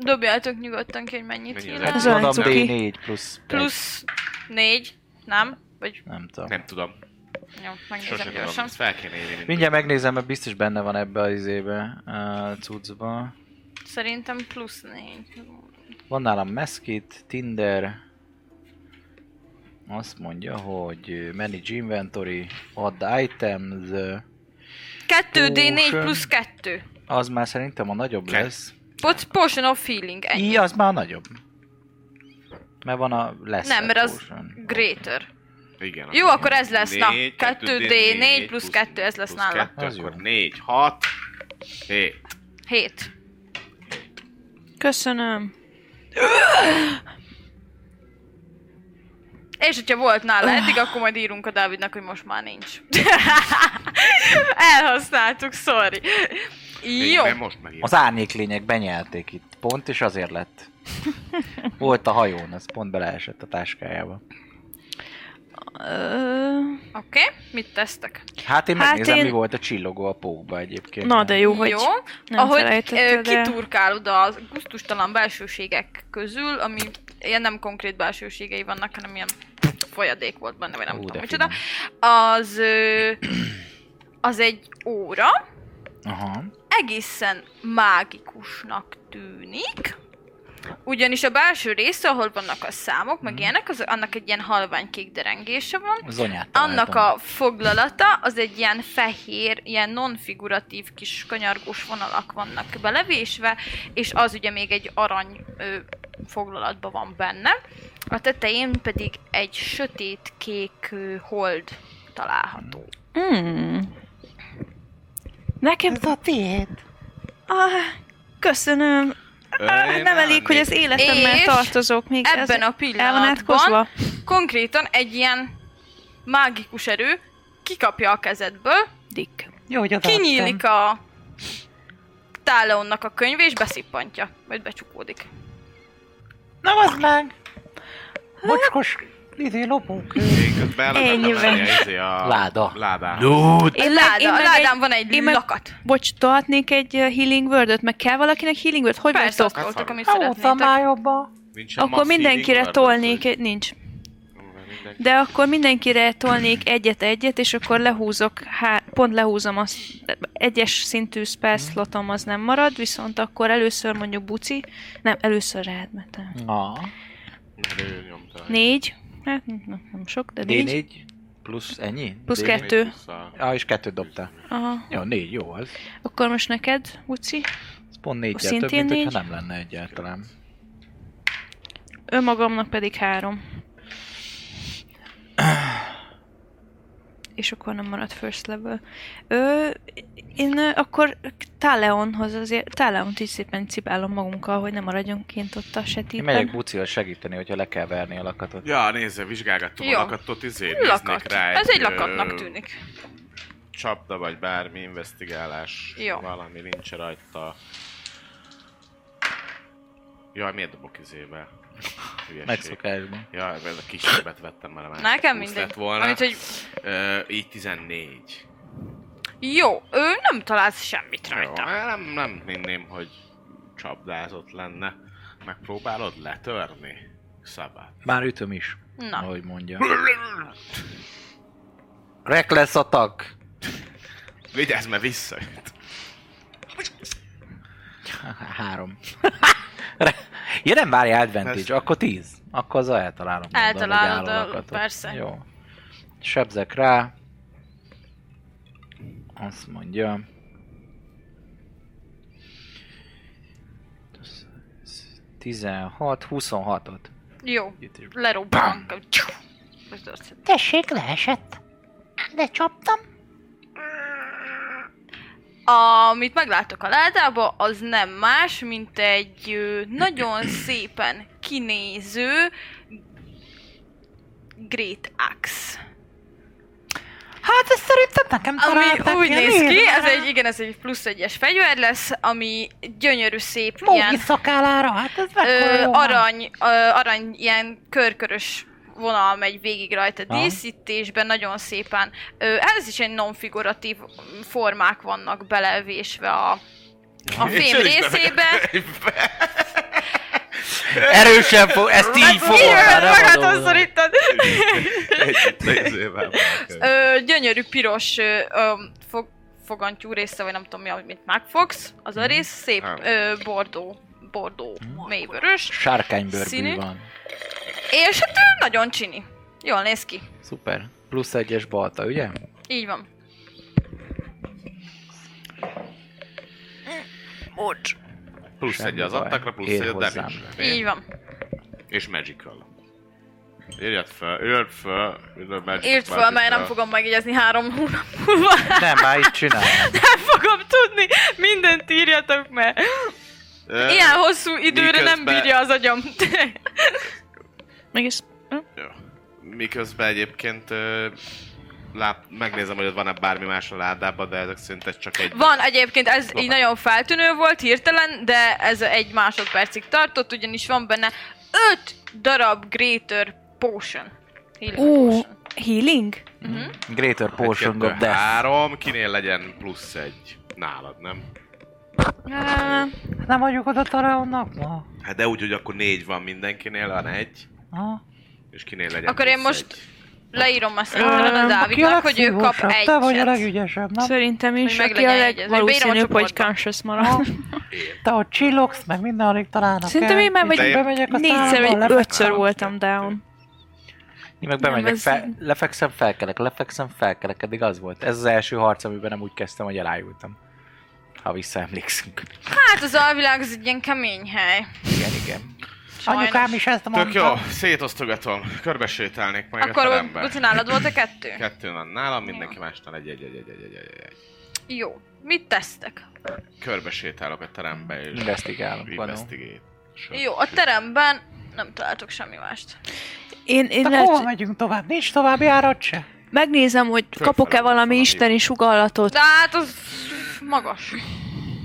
Speaker 2: Dobjátok nyugodtan ki, hogy mennyit
Speaker 5: Mennyi az
Speaker 2: hílál.
Speaker 5: egy?
Speaker 4: Zaj,
Speaker 3: Mondom,
Speaker 4: cuki.
Speaker 3: D4 plusz...
Speaker 2: Plusz négy, nem? Vagy
Speaker 3: egy. Nem tudom.
Speaker 5: Nem tudom.
Speaker 2: jó,
Speaker 5: Sose
Speaker 2: megnézem
Speaker 5: tudom.
Speaker 2: gyorsan.
Speaker 5: Ezt fel kéne írni. mindig.
Speaker 3: Mindjárt megnézem, mert biztos benne van ebbe az izébe, a cuccba.
Speaker 2: Szerintem plusz négy.
Speaker 3: Van nálam Meskit, Tinder, azt mondja, hogy ö, manage inventory, add items, ö,
Speaker 2: 2D4
Speaker 3: Potion.
Speaker 2: plusz 2.
Speaker 3: az már szerintem a nagyobb
Speaker 5: Ke-
Speaker 3: lesz.
Speaker 2: Pot, potion of healing, ennyi.
Speaker 3: Így, az már a nagyobb. Mert van a lesz.
Speaker 2: Nem, mert az greater.
Speaker 5: Igen.
Speaker 2: Jó, akkor ez lesz, na.
Speaker 5: Négy,
Speaker 2: 2D4 plusz kettő, ez lesz
Speaker 5: plusz
Speaker 2: nála.
Speaker 5: kettő,
Speaker 3: Az
Speaker 5: akkor
Speaker 3: jó.
Speaker 5: 4, 6, 7.
Speaker 2: 7.
Speaker 4: Köszönöm.
Speaker 2: És hogyha volt nála eddig, akkor majd írunk a Dávidnak, hogy most már nincs. Elhasználtuk, sorry. Jó.
Speaker 5: Most megint.
Speaker 3: Az árnyék lények benyelték itt pont, és azért lett. Volt a hajón, az pont beleesett a táskájába.
Speaker 4: Ö,
Speaker 2: Oké, okay. mit tesztek?
Speaker 3: Hát én
Speaker 4: Hát
Speaker 3: megnézem,
Speaker 4: én-
Speaker 3: mi volt a csillogó a pókba egyébként.
Speaker 4: Na de jó, hogy
Speaker 2: Jó.
Speaker 4: nem
Speaker 2: Ahogy eh, ö,
Speaker 4: felejtetted el.
Speaker 2: kiturkálod a gusztustalan belsőségek közül, ami ilyen nem konkrét belsőségei vannak, hanem ilyen folyadék volt benne, vagy nem
Speaker 3: Ú, de
Speaker 2: tudom micsoda,
Speaker 3: finom.
Speaker 2: az, ö, az egy óra,
Speaker 3: Aha.
Speaker 2: egészen mágikusnak tűnik, ugyanis a belső része, ahol vannak a számok,
Speaker 3: Mhm.
Speaker 2: meg ilyenek, az, annak egy ilyen halványkék derengése van,
Speaker 3: Zonyát
Speaker 2: annak
Speaker 3: találtam.
Speaker 2: a foglalata az egy ilyen fehér, ilyen non-figuratív kis kanyargós vonalak vannak belevésve, és az ugye még egy arany ö, foglalatban van benne. A tetején pedig egy sötét kék ö, hold található.
Speaker 4: Mm. Nekem... Ez a tiéd. Ah, köszönöm.
Speaker 5: Én
Speaker 4: Ah, nem elég,
Speaker 5: elmennék.
Speaker 4: hogy az életemmel
Speaker 2: És
Speaker 4: tartozok. Még ez
Speaker 2: Ebben a
Speaker 4: el van
Speaker 2: pillanatban
Speaker 4: átkozva?
Speaker 2: konkrétan egy ilyen mágikus erő kikapja a kezedből,
Speaker 4: Dick.
Speaker 3: Jó, hogy odaadtam.
Speaker 2: kinyílik a Táleonnak a könyv, és beszippantja, majd becsukódik.
Speaker 3: Na, az meg! Mocskos, izé, lopók.
Speaker 5: Miközben
Speaker 4: Ennyiben.
Speaker 5: izé a
Speaker 3: Láda.
Speaker 5: Ládá.
Speaker 3: Lúd!
Speaker 2: Én láda, én
Speaker 4: meg
Speaker 2: ládán van egy
Speaker 4: én meg-
Speaker 2: lakat.
Speaker 4: Bocs, tolhatnék egy ö, healing word meg kell valakinek healing word? Hogy
Speaker 2: Persze,
Speaker 4: vagytok?
Speaker 2: azt toltok, amit
Speaker 3: Óta
Speaker 2: szeretnétek.
Speaker 3: már jobban.
Speaker 5: Nincsen
Speaker 4: Akkor
Speaker 5: masszív
Speaker 4: mindenkire
Speaker 5: ingadat,
Speaker 4: tolnék
Speaker 5: hogy-
Speaker 4: egy... Nincs.
Speaker 5: Mindenki-
Speaker 4: De akkor mindenkire tolnék egyet-egyet, és akkor lehúzok, há... pont lehúzom azt, egyes szintű spell slotom az nem marad, viszont akkor először mondjuk buci, nem, először rád mentem.
Speaker 3: Na.
Speaker 5: Mert ő nyomta.
Speaker 4: Négy, hát nem, nem sok, de négy.
Speaker 3: D4 plusz ennyi?
Speaker 4: Plusz
Speaker 3: D4.
Speaker 4: kettő.
Speaker 5: Vissza.
Speaker 3: Ah, és kettőt dobtál.
Speaker 4: Aha.
Speaker 3: Jó, négy, jó az.
Speaker 4: Akkor most neked, buci,
Speaker 3: Ez pont négy több,
Speaker 4: Szintén
Speaker 3: mint
Speaker 4: négy?
Speaker 3: hogyha nem lenne egyáltalán.
Speaker 4: önmagamnak pedig három. És akkor nem marad first level. Ö, én ö, akkor Táleonhoz azért, Táleont így szépen cibálom magunkkal, hogy ne maradjon kint ott a
Speaker 3: Én
Speaker 4: setében.
Speaker 3: megyek bucival segíteni, hogyha le kell verni a lakatot.
Speaker 5: Ja, nézze, vizsgálgattuk
Speaker 2: Jó.
Speaker 5: a lakatot, izé,
Speaker 2: Lakat.
Speaker 5: néznek rá
Speaker 2: Ez egy
Speaker 5: ö,
Speaker 2: lakatnak tűnik.
Speaker 5: Csapda vagy bármi investigálás.
Speaker 2: Jó.
Speaker 5: Valami nincs rajta. Jaj, miért dobok izébe? Hülyeség.
Speaker 3: Megszokásban.
Speaker 5: Ja, ez a kisebbet vettem, mert a másik
Speaker 2: Nekem
Speaker 5: 20
Speaker 2: mindegy.
Speaker 5: Lett volna.
Speaker 2: Amit, hogy
Speaker 5: Ö, így 14.
Speaker 2: jó, ő nem találsz semmit rajta.
Speaker 5: Jó, nem, nem hinném, hogy csapdázott lenne. Megpróbálod letörni? Szabad.
Speaker 3: Már ütöm is,
Speaker 2: Na.
Speaker 3: ahogy mondja. Reckless attack!
Speaker 5: Vigyázz, mert visszajött.
Speaker 3: Három. Re- ja nem, várj, advantage,
Speaker 5: Persze.
Speaker 3: akkor tíz. Akkor az eltalálom. mondom, hogy
Speaker 2: Eltalálod,
Speaker 3: álló
Speaker 2: a-
Speaker 3: lakatot.
Speaker 2: persze.
Speaker 3: Jó. Sebzek rá. Azt mondja. Ez- ez 16, 26-ot.
Speaker 2: Jó,
Speaker 3: Itt is.
Speaker 2: lerobban.
Speaker 6: Tessék, leesett. De csaptam.
Speaker 2: Amit meglátok a ládába, az nem más, mint egy ö, nagyon szépen kinéző Great Axe.
Speaker 6: Hát ezt szerintem nekem
Speaker 2: Ami
Speaker 6: találták
Speaker 2: úgy
Speaker 6: ki,
Speaker 2: néz
Speaker 6: miért?
Speaker 2: ki, ez egy, igen, ez egy plusz egyes fegyver lesz, ami gyönyörű szép,
Speaker 6: Mógi
Speaker 2: ilyen
Speaker 6: szakállára, hát ez mekkora
Speaker 2: ö,
Speaker 6: jó hang.
Speaker 2: arany, ö, arany, ilyen körkörös vonal megy végig rajta
Speaker 3: Aha.
Speaker 2: díszítésben, nagyon szépen. Ö, ez is egy non-figuratív formák vannak belevésve a, a
Speaker 5: És
Speaker 2: fém
Speaker 5: ő is
Speaker 2: részébe.
Speaker 3: Erősen fog, ezt
Speaker 2: Hát
Speaker 3: így fogom. már nem
Speaker 2: magát
Speaker 3: adom oda.
Speaker 2: hozzorítani.
Speaker 5: Együtt nézővel.
Speaker 2: Ö, gyönyörű piros ö, ö, fog, fogantyú része, vagy nem tudom mi, amit megfogsz. Az a rész szép
Speaker 5: Ah.
Speaker 2: ö, bordó, bordó, mélyvörös. Színű.
Speaker 3: Sárkánybőrbű van.
Speaker 2: És hát ő nagyon csini. Jól néz ki.
Speaker 3: Szuper. Plusz egyes balta, ugye?
Speaker 2: Így van.
Speaker 4: Bocs.
Speaker 5: Plusz
Speaker 3: Semmi
Speaker 5: egy az
Speaker 3: baj.
Speaker 5: attakra, plusz
Speaker 3: Ér
Speaker 5: egy a
Speaker 3: hozzám.
Speaker 5: damage
Speaker 2: Így van.
Speaker 5: És magical. Írjad fel, írd fel, írd a magic
Speaker 2: Írd fel, mert nem
Speaker 5: magical.
Speaker 2: fogom megjegyezni három hónap múlva.
Speaker 3: Nem, már itt csinálom.
Speaker 2: Nem fogom tudni. Mindent írjatok, mert
Speaker 5: Ö,
Speaker 2: ilyen hosszú időre nem
Speaker 5: miközben-
Speaker 2: bírja az agyam.
Speaker 4: Meg ez... Hm?
Speaker 5: Jó. Miközben egyébként ö, lát, megnézem, hogy ott van-e bármi más a ládában, de ezek szerint ez csak egy...
Speaker 2: Van egyébként, ez így nagyon feltűnő volt hirtelen, de ez egy másodpercig tartott, ugyanis van benne öt darab Greater Potion. Healing
Speaker 4: Ú,
Speaker 2: potion.
Speaker 4: healing?
Speaker 3: Greater
Speaker 5: Egy,
Speaker 3: portion
Speaker 5: kettő,
Speaker 3: of death.
Speaker 5: Három, kinél legyen plusz egy? Nálad, nem?
Speaker 4: Á,
Speaker 6: hát Nem vagyok oda Taraonnak? Ma.
Speaker 5: Hát de úgy, hogy akkor négy van mindenkinél, van egy,
Speaker 6: Ha?
Speaker 5: és kinél legyen
Speaker 2: Akkor én
Speaker 5: plusz
Speaker 2: most-
Speaker 5: egy.
Speaker 2: Leírom azt a Dávidnak, hogy ő kap
Speaker 6: Te vagy a
Speaker 2: egyet.
Speaker 6: legügyesebb, nem?
Speaker 4: Szerintem is,
Speaker 2: Hogy
Speaker 4: aki a
Speaker 2: meglegyen egy- ez- beírom a
Speaker 4: legvalószínűbb, hogy
Speaker 2: csoportba.
Speaker 4: conscious marad.
Speaker 6: Te ott csillogsz, meg minden alig találnak
Speaker 4: Szerintem
Speaker 6: el.
Speaker 4: én már vagy
Speaker 5: Idején.
Speaker 6: bemegyek a
Speaker 4: négyszer
Speaker 6: szállamban,
Speaker 4: vagy
Speaker 6: lefekszem.
Speaker 4: ötször voltam down.
Speaker 3: Én meg
Speaker 4: Nem,
Speaker 3: bemegyek,
Speaker 4: ez-
Speaker 3: fel, lefekszem, felkelek, lefekszem, felkelek, eddig az volt. Ez az első harc, amiben nem úgy kezdtem, hogy elájultam. Ha visszaemlékszünk.
Speaker 2: Hát az alvilág az egy ilyen kemény hely.
Speaker 3: Igen, igen.
Speaker 2: sajnos.
Speaker 6: Anyukám is ezt mondta.
Speaker 5: Tök jó, szétosztogatom. Körbesétálnék majd a
Speaker 2: Akkor
Speaker 5: teremben.
Speaker 2: Guci, nálad volt a kettő?
Speaker 5: Kettő van nálam, mindenki másnál egy, egy, egy, egy, egy, egy, egy, egy, egy.
Speaker 2: Jó. Mit tesztek?
Speaker 5: Körbesétálok a terembe és...
Speaker 3: Investigálunk, Vanó.
Speaker 5: Investigate.
Speaker 2: Jó, a teremben nem találtok semmi mást.
Speaker 4: Én, én
Speaker 6: De hova
Speaker 4: lehet,
Speaker 6: Hát megyünk tovább? Nincs további árat se?
Speaker 4: megnézem, hogy
Speaker 5: Fölfele
Speaker 4: kapok-e valami
Speaker 5: valami.
Speaker 4: isteni sugallatot.
Speaker 2: De hát az magas.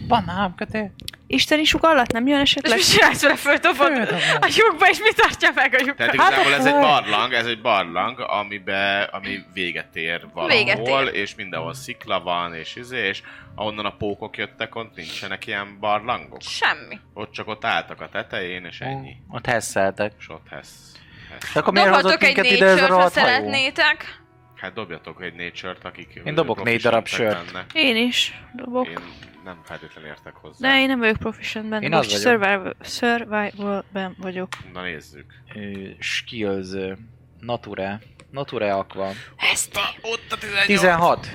Speaker 6: Van álmkötő.
Speaker 4: Isteni sugallat nem jön
Speaker 2: És
Speaker 4: esetleg?
Speaker 2: mit csinálsz vele? Föltopod
Speaker 6: Földobom.
Speaker 2: a lyukba, és mi tartja meg a Hát,
Speaker 5: Tehát
Speaker 2: lyukba?
Speaker 5: igazából ez egy barlang, ez egy barlang, amibe, ami véget ér
Speaker 2: Véget
Speaker 5: valahol,
Speaker 2: ér.
Speaker 5: véget ér. és mindenhol szikla van, és izé, és ahonnan a pókok jöttek, ott nincsenek ilyen barlangok.
Speaker 2: Semmi.
Speaker 5: Ott csak ott álltak a tetején, és ennyi.
Speaker 3: Ott hesszeltek.
Speaker 5: És ott hesz. hesz.
Speaker 3: De akkor miért hozott
Speaker 2: Dobhatok egy
Speaker 3: minket ide ez a
Speaker 2: nature ha
Speaker 3: rohadt hajó?
Speaker 2: szeretnétek.
Speaker 5: Hát dobjatok egy nature-t, akik...
Speaker 3: Én dobok
Speaker 5: proficientek
Speaker 3: négy darab sört.
Speaker 5: benne.
Speaker 4: Én is dobok.
Speaker 5: Én nem feltétlenül értek hozzá.
Speaker 4: De én nem vagyok proficient benne.
Speaker 3: Én
Speaker 4: Most
Speaker 3: az vagyok.
Speaker 4: survival, survival-ben vagyok.
Speaker 5: Na nézzük.
Speaker 3: Ö, Skills. ö, Nature. Nature aqua.
Speaker 4: Ezt
Speaker 5: Ott a 18!
Speaker 3: 16.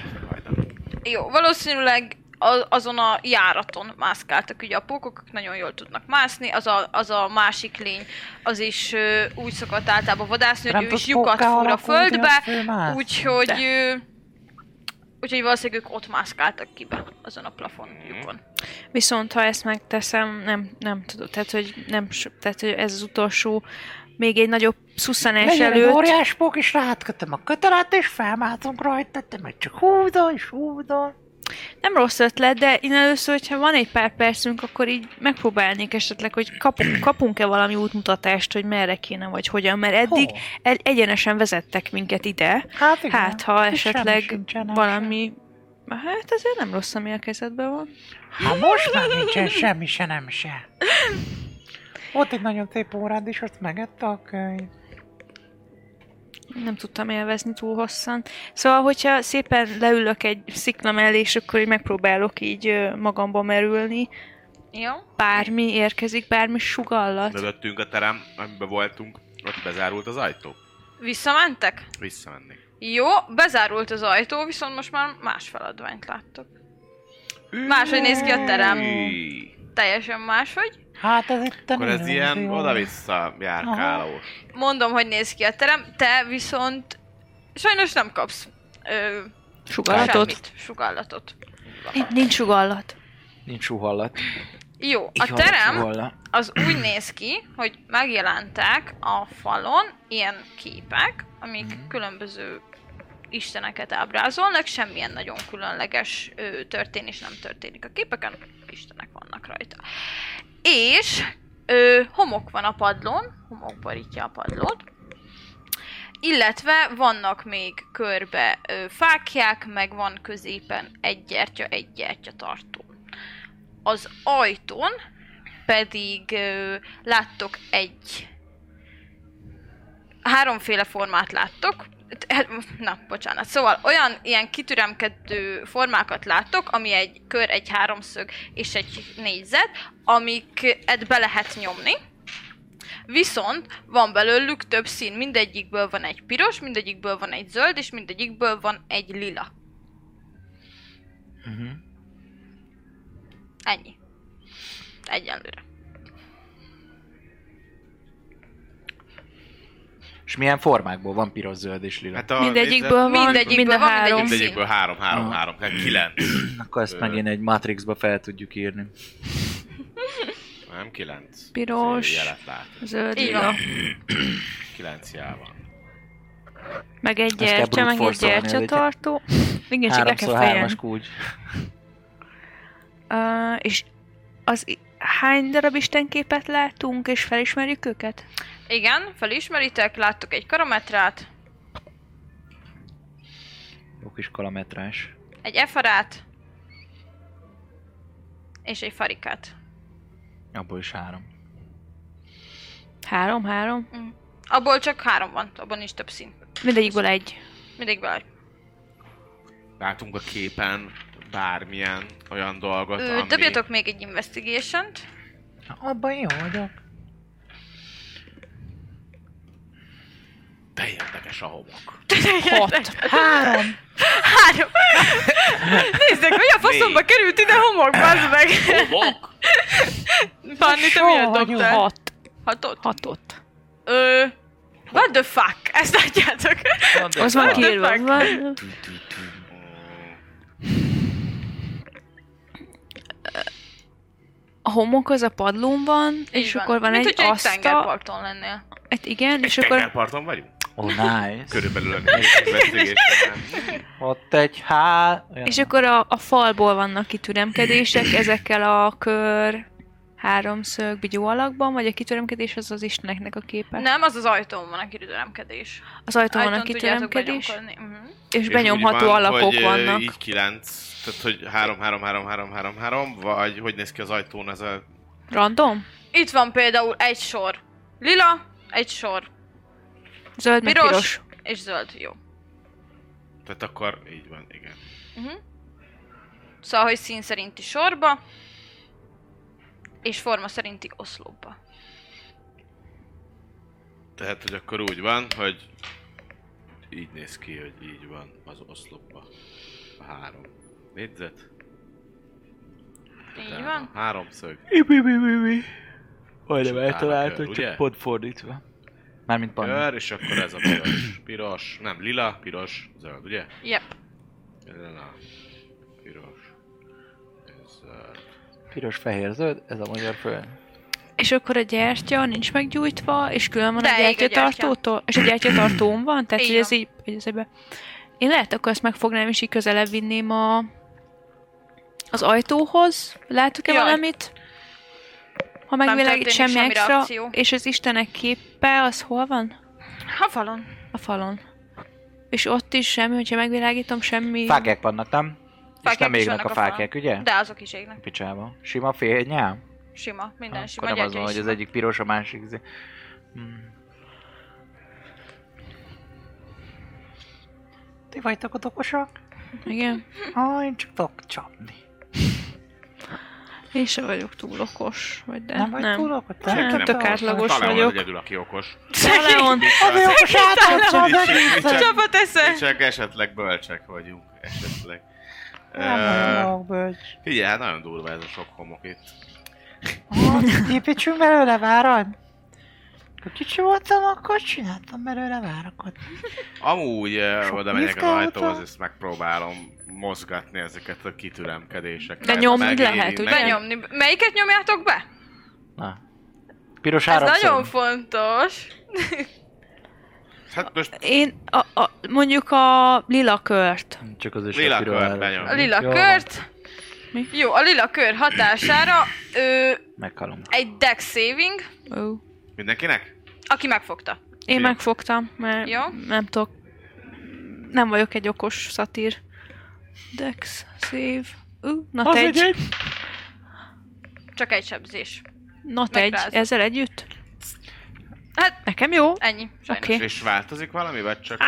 Speaker 2: Jó, valószínűleg a- azon a járaton mászkáltak, ugye a pókok ők nagyon jól tudnak mászni, az a, az a másik lény, az is ö, úgy szokott általában vadászni, hogy
Speaker 6: Nem
Speaker 2: ő
Speaker 6: tud
Speaker 2: is lyukat
Speaker 6: pókká
Speaker 2: fúr a
Speaker 6: alakulni, azt
Speaker 2: földbe,
Speaker 6: ő más.
Speaker 2: úgyhogy, ö, úgyhogy valószínűleg ők ott mászkáltak ki be, azon a plafon lyukon.
Speaker 4: Viszont ha ezt megteszem, nem, nem tudod. Tehát, hogy, nem, so- tehát, hogy ez az utolsó, még egy nagyobb szusszanás
Speaker 6: Legyen egy
Speaker 4: előtt.
Speaker 6: óriás pók, és rátkötöm a kötelet, és felmászunk rajta, te meg csak húzol, és húzol.
Speaker 4: Nem rossz ötlet, de én először, hogyha van egy pár percünk, akkor így megpróbálnék esetleg, hogy kapunk, kapunk-e valami útmutatást, hogy merre kéne, vagy hogyan, mert eddig
Speaker 6: Hol?
Speaker 4: el, egyenesen vezettek minket ide.
Speaker 6: Hát igen.
Speaker 4: Hát, ha
Speaker 6: itt semmi
Speaker 4: esetleg
Speaker 6: sincsen, nem
Speaker 4: valami... Hát azért nem rossz, ami a kezedben van.
Speaker 6: sem. Hát most már nincsen semmi se, nem se. Volt egy nagyon szép órád, és azt megette a könyv.
Speaker 4: Nem tudtam élvezni túl hosszan. Szóval, hogyha szépen leülök egy szikla mellé, és akkor így megpróbálok így ö, magamba merülni,
Speaker 2: Jó?
Speaker 4: bármi érkezik, bármi sugallat.
Speaker 5: Mögöttünk a terem, amiben voltunk, ott bezárult az ajtó.
Speaker 2: Visszamentek?
Speaker 5: Visszamennék.
Speaker 2: Jó, bezárult az ajtó, viszont most már más feladványt láttok. Máshogy néz ki a terem.
Speaker 5: Íj.
Speaker 2: Teljesen máshogy.
Speaker 6: Hát ez itt a
Speaker 5: Akkor ez
Speaker 6: nagyon
Speaker 5: ilyen
Speaker 6: jó.
Speaker 5: oda-vissza járkálós.
Speaker 2: Mondom, hogy néz ki a terem, te viszont sajnos nem kapsz ö,
Speaker 4: Sugallatot?
Speaker 2: semmit, sugallatot.
Speaker 4: Nincs- Nincs sugallat.
Speaker 3: Nincs suhallat.
Speaker 2: Jó, a
Speaker 3: Így van,
Speaker 2: terem
Speaker 3: suhalla.
Speaker 2: az úgy néz ki, hogy megjelentek a falon ilyen képek, amik különböző isteneket ábrázolnak, semmilyen nagyon különleges ö, történés nem történik a képeken, istenek vannak rajta. És ö, homok van a padlón, homok borítja a padlót, illetve vannak még körbe ö, fákják, meg van középen egy gyertya, egy gyertya tartó. Az ajtón pedig ö, láttok egy... Háromféle formát láttok. Hát, Na, bocsánat. Szóval olyan ilyen kitüremkedő formákat láttok, ami egy kör, egy háromszög és egy négyzet, amiket be lehet nyomni. Viszont van belőlük több szín, mindegyikből van egy piros, mindegyikből van egy zöld, és mindegyikből van egy lila.
Speaker 3: Mhm.
Speaker 2: Ennyi. Egyenlőre.
Speaker 3: És milyen formákból van piros, zöld és lila? Hát,
Speaker 5: a
Speaker 4: Mindegyikből van,
Speaker 2: Ah, Mindegyikből
Speaker 4: mind a
Speaker 2: van,
Speaker 4: három.
Speaker 2: mindegyik-
Speaker 5: Mindegyikből három, három,
Speaker 3: Aha.
Speaker 5: három, tehát kilenc.
Speaker 3: Akkor ezt
Speaker 5: ö-
Speaker 3: megint egy Matrixba fel tudjuk írni.
Speaker 5: Nem kilenc.
Speaker 4: Piros.
Speaker 5: Azért Jelet lát.
Speaker 4: Zöld,
Speaker 2: Így
Speaker 4: lila.
Speaker 2: van.
Speaker 5: Kilenc jel van.
Speaker 4: Meg egy
Speaker 3: kell
Speaker 4: gyertya, meg egy
Speaker 3: brute-force-olni, ez egy-
Speaker 4: gyertyatartó. Igen, csak le
Speaker 3: Háromszor
Speaker 4: kell
Speaker 3: hármas
Speaker 4: fejem.
Speaker 3: kulcs.
Speaker 4: Uh, és az i- hány darab istenképet látunk, és felismerjük őket?
Speaker 2: Igen, felismeritek, láttok egy karometrát,
Speaker 3: Jó kis kalametrás.
Speaker 2: egy efarát, és egy farikát.
Speaker 3: Abból is három.
Speaker 4: Három, három.
Speaker 2: Abból csak három van, abban is több szín.
Speaker 4: Mindegyikből egy.
Speaker 2: Mindig bele.
Speaker 5: Látunk a képen bármilyen olyan dolgot,
Speaker 2: Ö,
Speaker 5: Hát, ami...
Speaker 2: Dobjatok még egy investigation-t.
Speaker 6: Na, Abban jó vagyok.
Speaker 5: De érdekes a homok.
Speaker 4: Hat.
Speaker 6: Három.
Speaker 2: Három! Nézzek, hogy a faszomba került ide homok, bazd meg!
Speaker 5: Homok?
Speaker 2: Fanni, te
Speaker 6: Soha
Speaker 2: miért
Speaker 6: vagyunk.
Speaker 2: dobtál?
Speaker 4: Hat.
Speaker 2: Hatott?
Speaker 4: Hatott.
Speaker 2: Ö... What the fuck? Ezt látjátok?
Speaker 4: Az van
Speaker 2: fuck?
Speaker 4: kiírva.
Speaker 2: What the
Speaker 4: Van- A homok az a padlón van, és
Speaker 2: Így van.
Speaker 4: akkor van
Speaker 2: Mint
Speaker 4: egy
Speaker 2: hogyha
Speaker 4: asztal.
Speaker 2: tengerparton lennél.
Speaker 4: Hát igen, és akkor
Speaker 5: Tengerparton vagyunk?
Speaker 3: Oh, nice.
Speaker 5: Körülbelül a investigation
Speaker 3: Ott egy hál... Olyan.
Speaker 4: és akkor a, a falból vannak kitüremkedések, ezekkel a kör háromszög bigyó alakban, vagy a kitüremkedés az az Isteneknek a képe.
Speaker 2: Nem, az az ajtón van a kirüdelemkedés.
Speaker 4: Az ajtón van a
Speaker 2: Ajtón tudjátok
Speaker 4: kitüremkedés,
Speaker 2: benyomkodni. Mhm.
Speaker 4: és
Speaker 5: És
Speaker 4: benyomható
Speaker 5: úgy van,
Speaker 4: alakok
Speaker 5: hogy, ö,
Speaker 4: vannak.
Speaker 5: Így 9, tehát hogy 3 3 3 3 3 3 vagy hogy néz ki az ajtón ez a...
Speaker 4: Random?
Speaker 2: Itt van például egy sor. Lila, egy sor.
Speaker 4: Zöld, meg
Speaker 2: Piros,
Speaker 4: piros.
Speaker 2: és zöld. Jó.
Speaker 5: Tehát akkor így van, igen.
Speaker 2: Szóval, hogy szín szerinti sorba, és forma szerinti oszlopba.
Speaker 5: Tehát, hogy akkor úgy van, hogy így néz ki, hogy így van az oszlopba. A három négyzet.
Speaker 2: Így
Speaker 5: utána
Speaker 2: van.
Speaker 5: a Háromszög.
Speaker 3: Ibi, bi, bi, bi. Majdnem
Speaker 5: Utána
Speaker 3: eltaláltad,
Speaker 5: kör,
Speaker 3: csak
Speaker 5: ugye?
Speaker 3: pont fordítva. Mármint pont.
Speaker 5: Kör, és akkor ez a piros. Piros, nem, lila, piros, zöld, ugye?
Speaker 2: Yep.
Speaker 5: Ez a piros. Ez zöld.
Speaker 3: Piros, fehér, zöld, ez a magyar föld.
Speaker 4: És akkor a gyertya nincs meggyújtva, és külön van
Speaker 2: De,
Speaker 4: a
Speaker 2: igen,
Speaker 4: gyertyatartótól? És a gyertyatartón van? Tehát,
Speaker 2: Így
Speaker 4: hogy ez
Speaker 2: van.
Speaker 4: így... Hogy ez ebbe. Én lehet, akkor ezt megfognám, és így közelebb vinném a... az ajtóhoz. Látok-e
Speaker 2: Jaj.
Speaker 4: valamit? Ha
Speaker 2: történik
Speaker 4: megvilágít semmi,
Speaker 2: semmi
Speaker 4: extra,
Speaker 2: reakció.
Speaker 4: és az Istenek képe, az hol van?
Speaker 2: Ha falon.
Speaker 4: A falon. És ott is semmi, hogyha megvilágítom, semmi...
Speaker 3: Fákják vannak, nem? és
Speaker 2: Fáklyák
Speaker 3: nem
Speaker 2: is
Speaker 3: égnek
Speaker 2: vannak
Speaker 3: a
Speaker 2: a falon.
Speaker 3: fákják, ugye?
Speaker 2: De azok is égnek.
Speaker 3: Picsába. Sima fényel?
Speaker 2: Sima. Minden sima.
Speaker 3: Akkor nem az
Speaker 2: gyertya
Speaker 3: van,
Speaker 2: is
Speaker 3: hogy az
Speaker 2: sima.
Speaker 3: egyik piros, a másik... izé. Hmm.
Speaker 6: Ti vagytok a okosak?
Speaker 4: Igen.
Speaker 6: Ha, én csak tudok csapni.
Speaker 4: Én sem vagyok túl okos, vagy de...
Speaker 6: Nem vagy nem. túl okos?
Speaker 4: Eh, Nem,
Speaker 5: Senki
Speaker 4: tök
Speaker 5: okos.
Speaker 4: átlagos
Speaker 5: Talán
Speaker 4: vagyok.
Speaker 5: Talán egyedül, aki okos.
Speaker 4: Leon,
Speaker 6: Ami okos átadsz, az
Speaker 5: Nincsen-
Speaker 2: Csapat esze!
Speaker 5: Csak esetleg bölcsek vagyunk, esetleg.
Speaker 6: Nem
Speaker 5: Ö,
Speaker 6: vagyok bölcs.
Speaker 5: Figyelj, hát nagyon durva ez a sok homok itt.
Speaker 6: Ha, Építsünk belőle várat? Ha kicsi voltam, akkor csináltam belőle várakat.
Speaker 5: Amúgy eh,
Speaker 6: Sok
Speaker 5: oda megyek az
Speaker 6: vizsgálata.
Speaker 5: ajtóhoz, és megpróbálom mozgatni ezeket a kitüremkedéseket.
Speaker 4: De nyomni
Speaker 5: Megéri-
Speaker 4: lehet, ugye?
Speaker 5: meg-
Speaker 2: Benyomni. Melyiket nyomjátok be?
Speaker 3: Na. Piros
Speaker 2: Ez
Speaker 3: háromszög.
Speaker 2: nagyon fontos.
Speaker 5: Hát most
Speaker 4: Én a, a, mondjuk a lila kört.
Speaker 3: Csak az is
Speaker 5: Lila
Speaker 3: a piros
Speaker 5: kört
Speaker 3: háromszög.
Speaker 5: benyom.
Speaker 2: A lila
Speaker 3: Jó,
Speaker 2: kört.
Speaker 4: Mi?
Speaker 2: Jó, a lila kör hatására ö,
Speaker 3: Meghalom.
Speaker 2: egy deck saving,
Speaker 4: Ó.
Speaker 5: mindenkinek?
Speaker 2: aki megfogta.
Speaker 4: Én
Speaker 5: Jó.
Speaker 4: megfogtam, mert
Speaker 2: Jó.
Speaker 4: nem tudok. Nem vagyok egy okos szatír. Dex, save. Ú, not egy.
Speaker 2: Csak egy sebzés.
Speaker 4: Not egy.
Speaker 2: Megrázod.
Speaker 4: Ezzel együtt?
Speaker 2: Hát,
Speaker 4: Nekem jó.
Speaker 2: ennyi. Sajnos.
Speaker 4: Oké.
Speaker 5: És változik valami, vagy csak...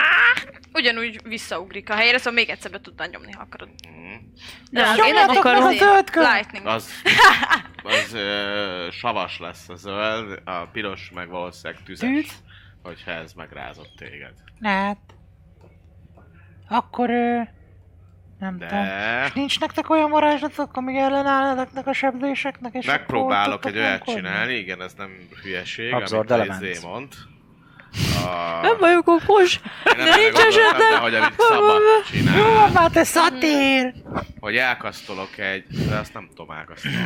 Speaker 2: Ugyanúgy visszaugrik a helyére, szóval még egyszer be tudnál nyomni, ha akarod.
Speaker 4: Nem,
Speaker 2: Rá-
Speaker 4: én nem
Speaker 2: Nyomjátok
Speaker 4: akarom.
Speaker 2: meg a zöld kört! Lightning.
Speaker 5: Az, az ö, savas lesz a zöld, a piros meg valószínűleg tüzes,
Speaker 6: Tűz?
Speaker 5: hogyha ez megrázott téged.
Speaker 6: Hát... Akkor ő... Nem tudom.
Speaker 5: De
Speaker 6: És nincs nektek olyan varázslatok, amíg ellenáll ezeknek a sebzéseknek, és
Speaker 5: megpróbálok
Speaker 6: akkor
Speaker 5: egy olyat
Speaker 6: tudtok
Speaker 5: csinálni, igen, ez nem hülyeség,
Speaker 3: Abszurd
Speaker 5: amit a
Speaker 3: elements.
Speaker 5: izé mond. A...
Speaker 4: Nem vagyok okos.
Speaker 5: Én nem
Speaker 4: nincs
Speaker 5: gondoltam,
Speaker 4: esetem.
Speaker 5: de hogy amit szabad
Speaker 6: Jó,
Speaker 5: csinál,
Speaker 6: van már te szatír!
Speaker 5: hogy elkasztolok egy, de azt nem tudom elkasztolni.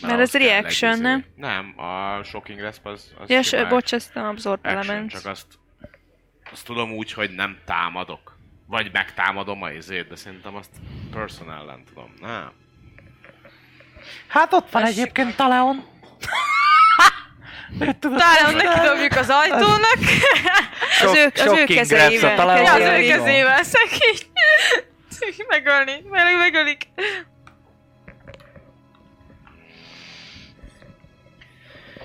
Speaker 4: Mert
Speaker 5: ahhoz
Speaker 4: ez
Speaker 5: kell
Speaker 4: reaction,
Speaker 5: egy izé-
Speaker 4: nem?
Speaker 5: Nem, a shocking resp az, az
Speaker 4: Ja, s-
Speaker 5: simán
Speaker 4: bocs, ezt nem absorb
Speaker 5: action,
Speaker 4: element.
Speaker 5: csak azt, azt tudom úgy, hogy nem támadok. Vagy megtámadom a izét, de szerintem azt person ellen tudom. Nem.
Speaker 6: Hát ott van
Speaker 2: Tessék
Speaker 6: egyébként Taleon. Őt tudod
Speaker 2: Talán
Speaker 6: használni.
Speaker 2: Hát, neki dobjuk az ajtónak.
Speaker 4: Az ő, az ő
Speaker 3: shocking grabs a
Speaker 4: kezeivel.
Speaker 3: találó.
Speaker 2: Ja, az ő
Speaker 3: Elég van.
Speaker 2: kezével szegény. Megölni, meg megölik.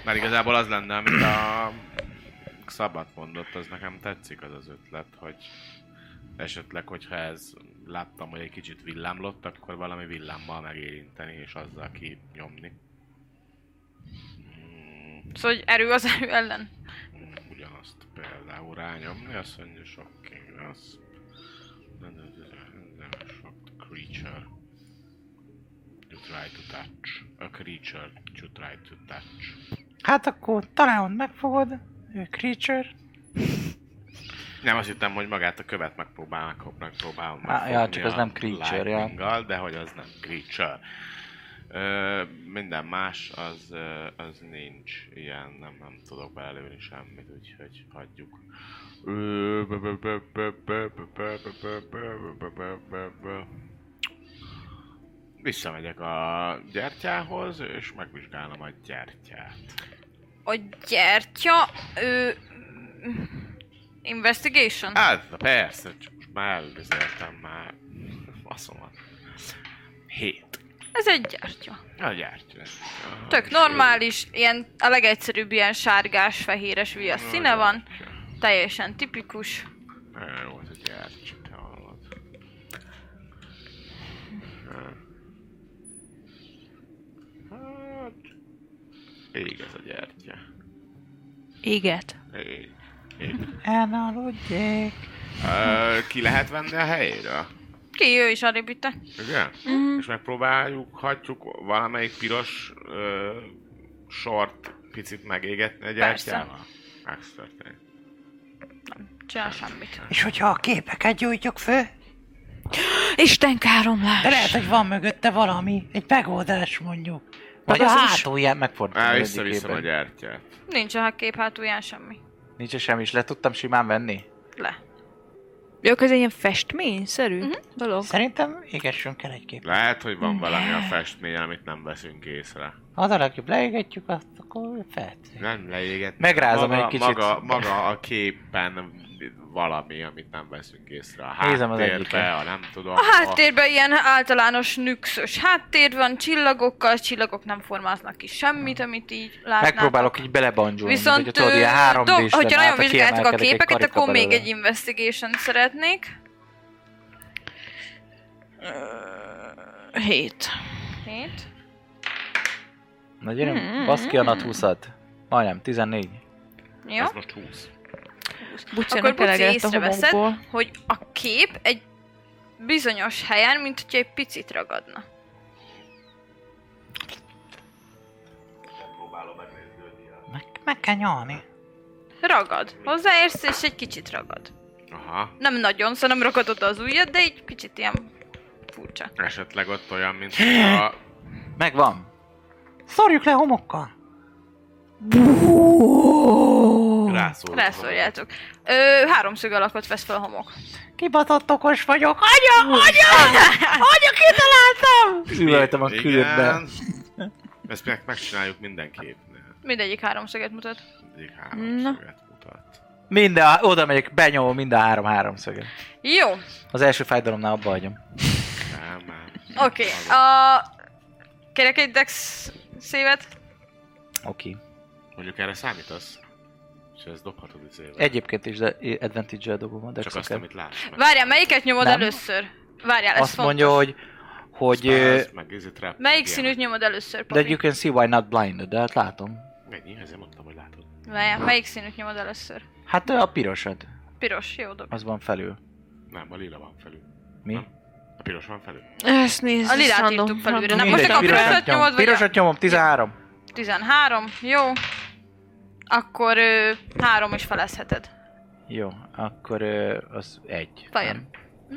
Speaker 5: Mert igazából az lenne, amit a Szabad mondott, az nekem tetszik az az ötlet, hogy esetleg, hogyha ez láttam, hogy egy kicsit villámlott, akkor valami villámmal megérinteni és azzal kinyomni. Mm,
Speaker 2: Szóval, hogy erő az erő ellen.
Speaker 5: Hmm, Ugyanazt például rányomni, azt mondja shocking, az... Shocked creature. You try to touch. A creature you try to touch.
Speaker 6: Hát akkor talán megfogod, ő creature.
Speaker 5: Nem, azt hittem, hogy magát a követ megpróbálnak, megpróbálom
Speaker 3: Á, ja, csak az nem creature, ja.
Speaker 5: ja. de hogy az nem creature. Ö, minden más, az, ö, az nincs ilyen, nem, nem tudok belőni semmit, úgyhogy hagyjuk. Ö, bö, bö, bö, bö, bö, bö, bö, bö, bö, bö, bö, bö, bö, bö. Visszamegyek a gyertyához, és megvizsgálom a gyertyát.
Speaker 2: A gyertya... Ő... mm, Investigation?
Speaker 5: Hát, na persze, csak most már elbizéltem már. Faszomat. Hét.
Speaker 2: Ez egy gyertya.
Speaker 5: A gyertya.
Speaker 2: Tök normális, ilyen a legegyszerűbb ilyen sárgás, fehéres viasz színe van. Teljesen tipikus.
Speaker 5: Nagyon jó az a gyertya, te hallod. Hát... Ég ez a gyertya.
Speaker 4: Éget.
Speaker 5: Ég. Ég.
Speaker 6: Ne aludjék.
Speaker 5: Ö, ki lehet venni a helyéről?
Speaker 2: Ki ő is arrébb itt.
Speaker 5: Igen? Mm. És megpróbáljuk, hagyjuk valamelyik piros ö, sort picit megégetni a
Speaker 2: Persze.
Speaker 5: gyertyával? Megtörténik.
Speaker 2: Csinál semmit.
Speaker 6: És hogyha a képeket gyújtjuk fő,
Speaker 4: Isten káromlás!
Speaker 6: de lehet, hogy van mögötte valami, egy megoldás mondjuk.
Speaker 3: Vagy
Speaker 6: Vagy
Speaker 3: a
Speaker 6: Hát az is-
Speaker 3: hátulját megfordítom.
Speaker 5: Á,
Speaker 3: hát, az
Speaker 5: visszaviszem a
Speaker 3: egyikében.
Speaker 5: gyertyát.
Speaker 2: Nincs a kép hátulján semmi.
Speaker 3: Nincs semmi, és le tudtam simán venni?
Speaker 2: Le.
Speaker 4: Jó, ez egy ilyen festményszerű dolog.
Speaker 6: Szerintem égessünk el egy képet.
Speaker 5: Lehet, hogy
Speaker 2: Mm.
Speaker 5: van valami a festmény, amit nem veszünk észre.
Speaker 6: Az a legjobb leégetjük, azt akkor feltűnik.
Speaker 5: Nem leéget.
Speaker 3: Megrázom
Speaker 5: maga,
Speaker 3: egy kicsit.
Speaker 5: Maga, maga a képen valami, amit nem veszünk észre. A
Speaker 3: Nézem az
Speaker 5: háttérbe,
Speaker 3: egyiket.
Speaker 5: a nem tudom.
Speaker 2: A háttérben ilyen általános nükszös háttér van, csillagokkal, csillagok nem formáznak ki semmit, amit így látnál.
Speaker 3: Megpróbálok így belebanjulni.
Speaker 2: Viszont,
Speaker 3: hogy tudod, ilyen
Speaker 2: ö,
Speaker 3: három
Speaker 2: do-
Speaker 3: dés
Speaker 2: hogyha
Speaker 3: lenne,
Speaker 2: nagyon
Speaker 3: hát,
Speaker 2: vizsgáltuk a
Speaker 3: kiemelkedik egy
Speaker 2: képeket,
Speaker 3: karika
Speaker 2: akkor még
Speaker 3: belőle.
Speaker 2: egy investigation szeretnék.
Speaker 4: Hét.
Speaker 2: Hét.
Speaker 3: Nagyon hmm. Basz ki a nat 20 Majdnem, 14.
Speaker 2: Jó.
Speaker 5: Ez most 20.
Speaker 4: Bucsának
Speaker 2: Akkor Buci
Speaker 4: eleget a
Speaker 2: észreveszed,
Speaker 4: homokból.
Speaker 2: hogy a kép egy bizonyos helyen, mint hogyha egy picit ragadna.
Speaker 6: Meg, meg kell nyalni.
Speaker 2: Ragad. Hozzáérsz, és egy kicsit ragad.
Speaker 5: Aha.
Speaker 2: Nem nagyon, szóval nem ragadod az ujjad, de egy kicsit ilyen furcsa.
Speaker 5: Esetleg ott olyan, mint a...
Speaker 3: Megvan.
Speaker 6: Szorjuk le homokkal.
Speaker 5: Rászól.
Speaker 2: Rászóljátok. Ö, háromszög alakot vesz fel a homok.
Speaker 6: Kibatott okos vagyok. Anya, anya, anya, kitaláltam!
Speaker 3: Üvöltem a különbe.
Speaker 5: Igen. Ezt meg, megcsináljuk minden képnél.
Speaker 2: Mindegyik háromszöget mutat.
Speaker 5: Egyik háromszöget mutat.
Speaker 3: Minden, oda megyek, benyomom mind a három háromszöget.
Speaker 2: Jó,
Speaker 3: Az első fájdalomnál abba hagyom.
Speaker 5: Nem, nem.
Speaker 2: Oké, okay, a... Kérek egy dex szévet?
Speaker 3: Oké. Okay.
Speaker 5: Mondjuk erre számítasz? És ezt dobhatod az éve.
Speaker 3: Egyébként is de advantage-el dobom a
Speaker 5: Csak azt,
Speaker 3: dexeket.
Speaker 5: amit látsz. Meg.
Speaker 2: Várjál, melyiket nyomod
Speaker 3: Nem.
Speaker 2: először? Várjál, ez
Speaker 3: Azt
Speaker 2: fontos.
Speaker 3: mondja, hogy, hogy ö,
Speaker 5: Spells, meg ez itt rá.
Speaker 2: Melyik
Speaker 5: igen.
Speaker 2: színűt nyomod először,
Speaker 3: de
Speaker 2: Papi?
Speaker 3: you can see why not blinded, de hát látom.
Speaker 5: Mennyi? Ezért mondtam, hogy látod.
Speaker 2: Várjál, melyik színűt nyomod először?
Speaker 3: Hát ö, a pirosod,
Speaker 2: Piros, jó dob.
Speaker 3: az van felül.
Speaker 5: Nem, a lila van felül.
Speaker 3: Mi?
Speaker 5: Nem. A piros van felül.
Speaker 4: Ezt nézd,
Speaker 2: A lilát
Speaker 4: ezt
Speaker 2: írtuk
Speaker 4: mondom.
Speaker 2: felülre, nem?
Speaker 4: Mindegy.
Speaker 2: Most
Speaker 3: Mindegy,
Speaker 2: akkor pirosat nyomod,
Speaker 3: pirosat nyomom.
Speaker 2: vagy a-
Speaker 3: Pirosat nyomom, 13.
Speaker 2: 13, jó. Akkor ő, három is felezheted.
Speaker 3: Jó, akkor ö, az egy.
Speaker 2: Fire.
Speaker 3: nem?
Speaker 4: Hm?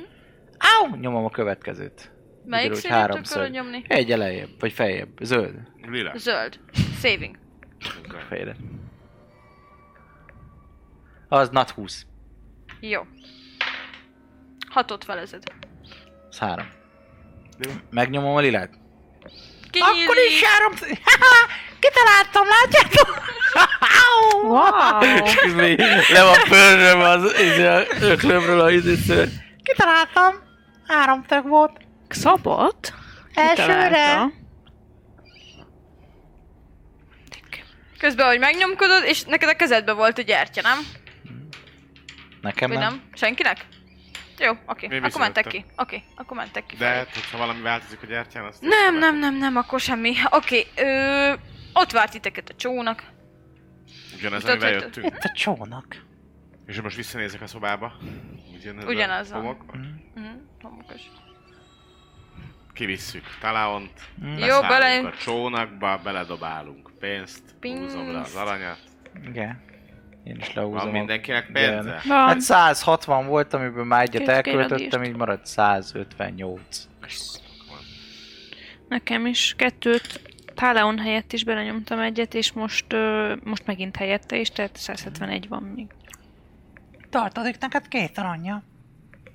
Speaker 3: Au! Nyomom a következőt.
Speaker 2: Melyik
Speaker 3: Ugyanúgy
Speaker 2: színűt
Speaker 3: háromszög.
Speaker 2: akarod nyomni?
Speaker 3: Egy elejjebb, vagy feljebb. Zöld.
Speaker 5: Lila.
Speaker 2: Zöld. Saving.
Speaker 3: Fejre. Az nat 20.
Speaker 2: Jó. Hatot felezed.
Speaker 3: Az három. Megnyomom a lilát.
Speaker 2: Kinyílik.
Speaker 6: Akkor is három... Haha, Kitaláltam, látjátok?
Speaker 4: Wow!
Speaker 3: Le van pörzsöm az izé, a öklömről a izészőt.
Speaker 6: Kitaláltam. Három tag volt.
Speaker 4: Szabad?
Speaker 6: Elsőre.
Speaker 4: Kitalálta.
Speaker 2: Közben, hogy megnyomkodod, és neked a kezedbe volt a gyertya, nem?
Speaker 3: Nekem
Speaker 2: Vagy
Speaker 3: nem.
Speaker 2: nem? Senkinek? Jó, oké.
Speaker 5: Én
Speaker 2: Akkor mentek ki.
Speaker 5: visszajöttem.
Speaker 2: Oké, akkor mentek ki.
Speaker 5: De hát, hogyha valami változik a gyertyán, azt...
Speaker 2: Nem, nem, nem, nem, akkor semmi. Oké, ö, ott várt titeket a csónak.
Speaker 5: Ugyanez,
Speaker 2: Tudod,
Speaker 5: amivel
Speaker 2: hogy-
Speaker 5: jöttünk.
Speaker 6: Itt a csónak.
Speaker 5: És most visszanézek a szobába. Ugyanez,
Speaker 2: Ugyanaz
Speaker 5: a
Speaker 2: van.
Speaker 5: homok.
Speaker 2: Mhm, homokos.
Speaker 5: kivisszük találont,
Speaker 3: Hmm.
Speaker 2: Jó, bele...
Speaker 5: a csónakba, beledobálunk pénzt,
Speaker 2: Pénzt.
Speaker 5: húzom le az aranyat.
Speaker 3: Igen. Én is
Speaker 5: Van
Speaker 3: lehúzom. a-
Speaker 5: mindenkinek
Speaker 3: Igen.
Speaker 5: pénze?
Speaker 4: Van.
Speaker 3: Hát 160 volt, amiből már egyet
Speaker 4: Két kéne
Speaker 3: elköltöttem,
Speaker 4: díst.
Speaker 3: így maradt 158.
Speaker 4: Nekem is kettőt Páleon helyett is belenyomtam egyet, és most, ö, most megint helyette is, tehát 171 van még.
Speaker 6: Tartozik neked két aranya.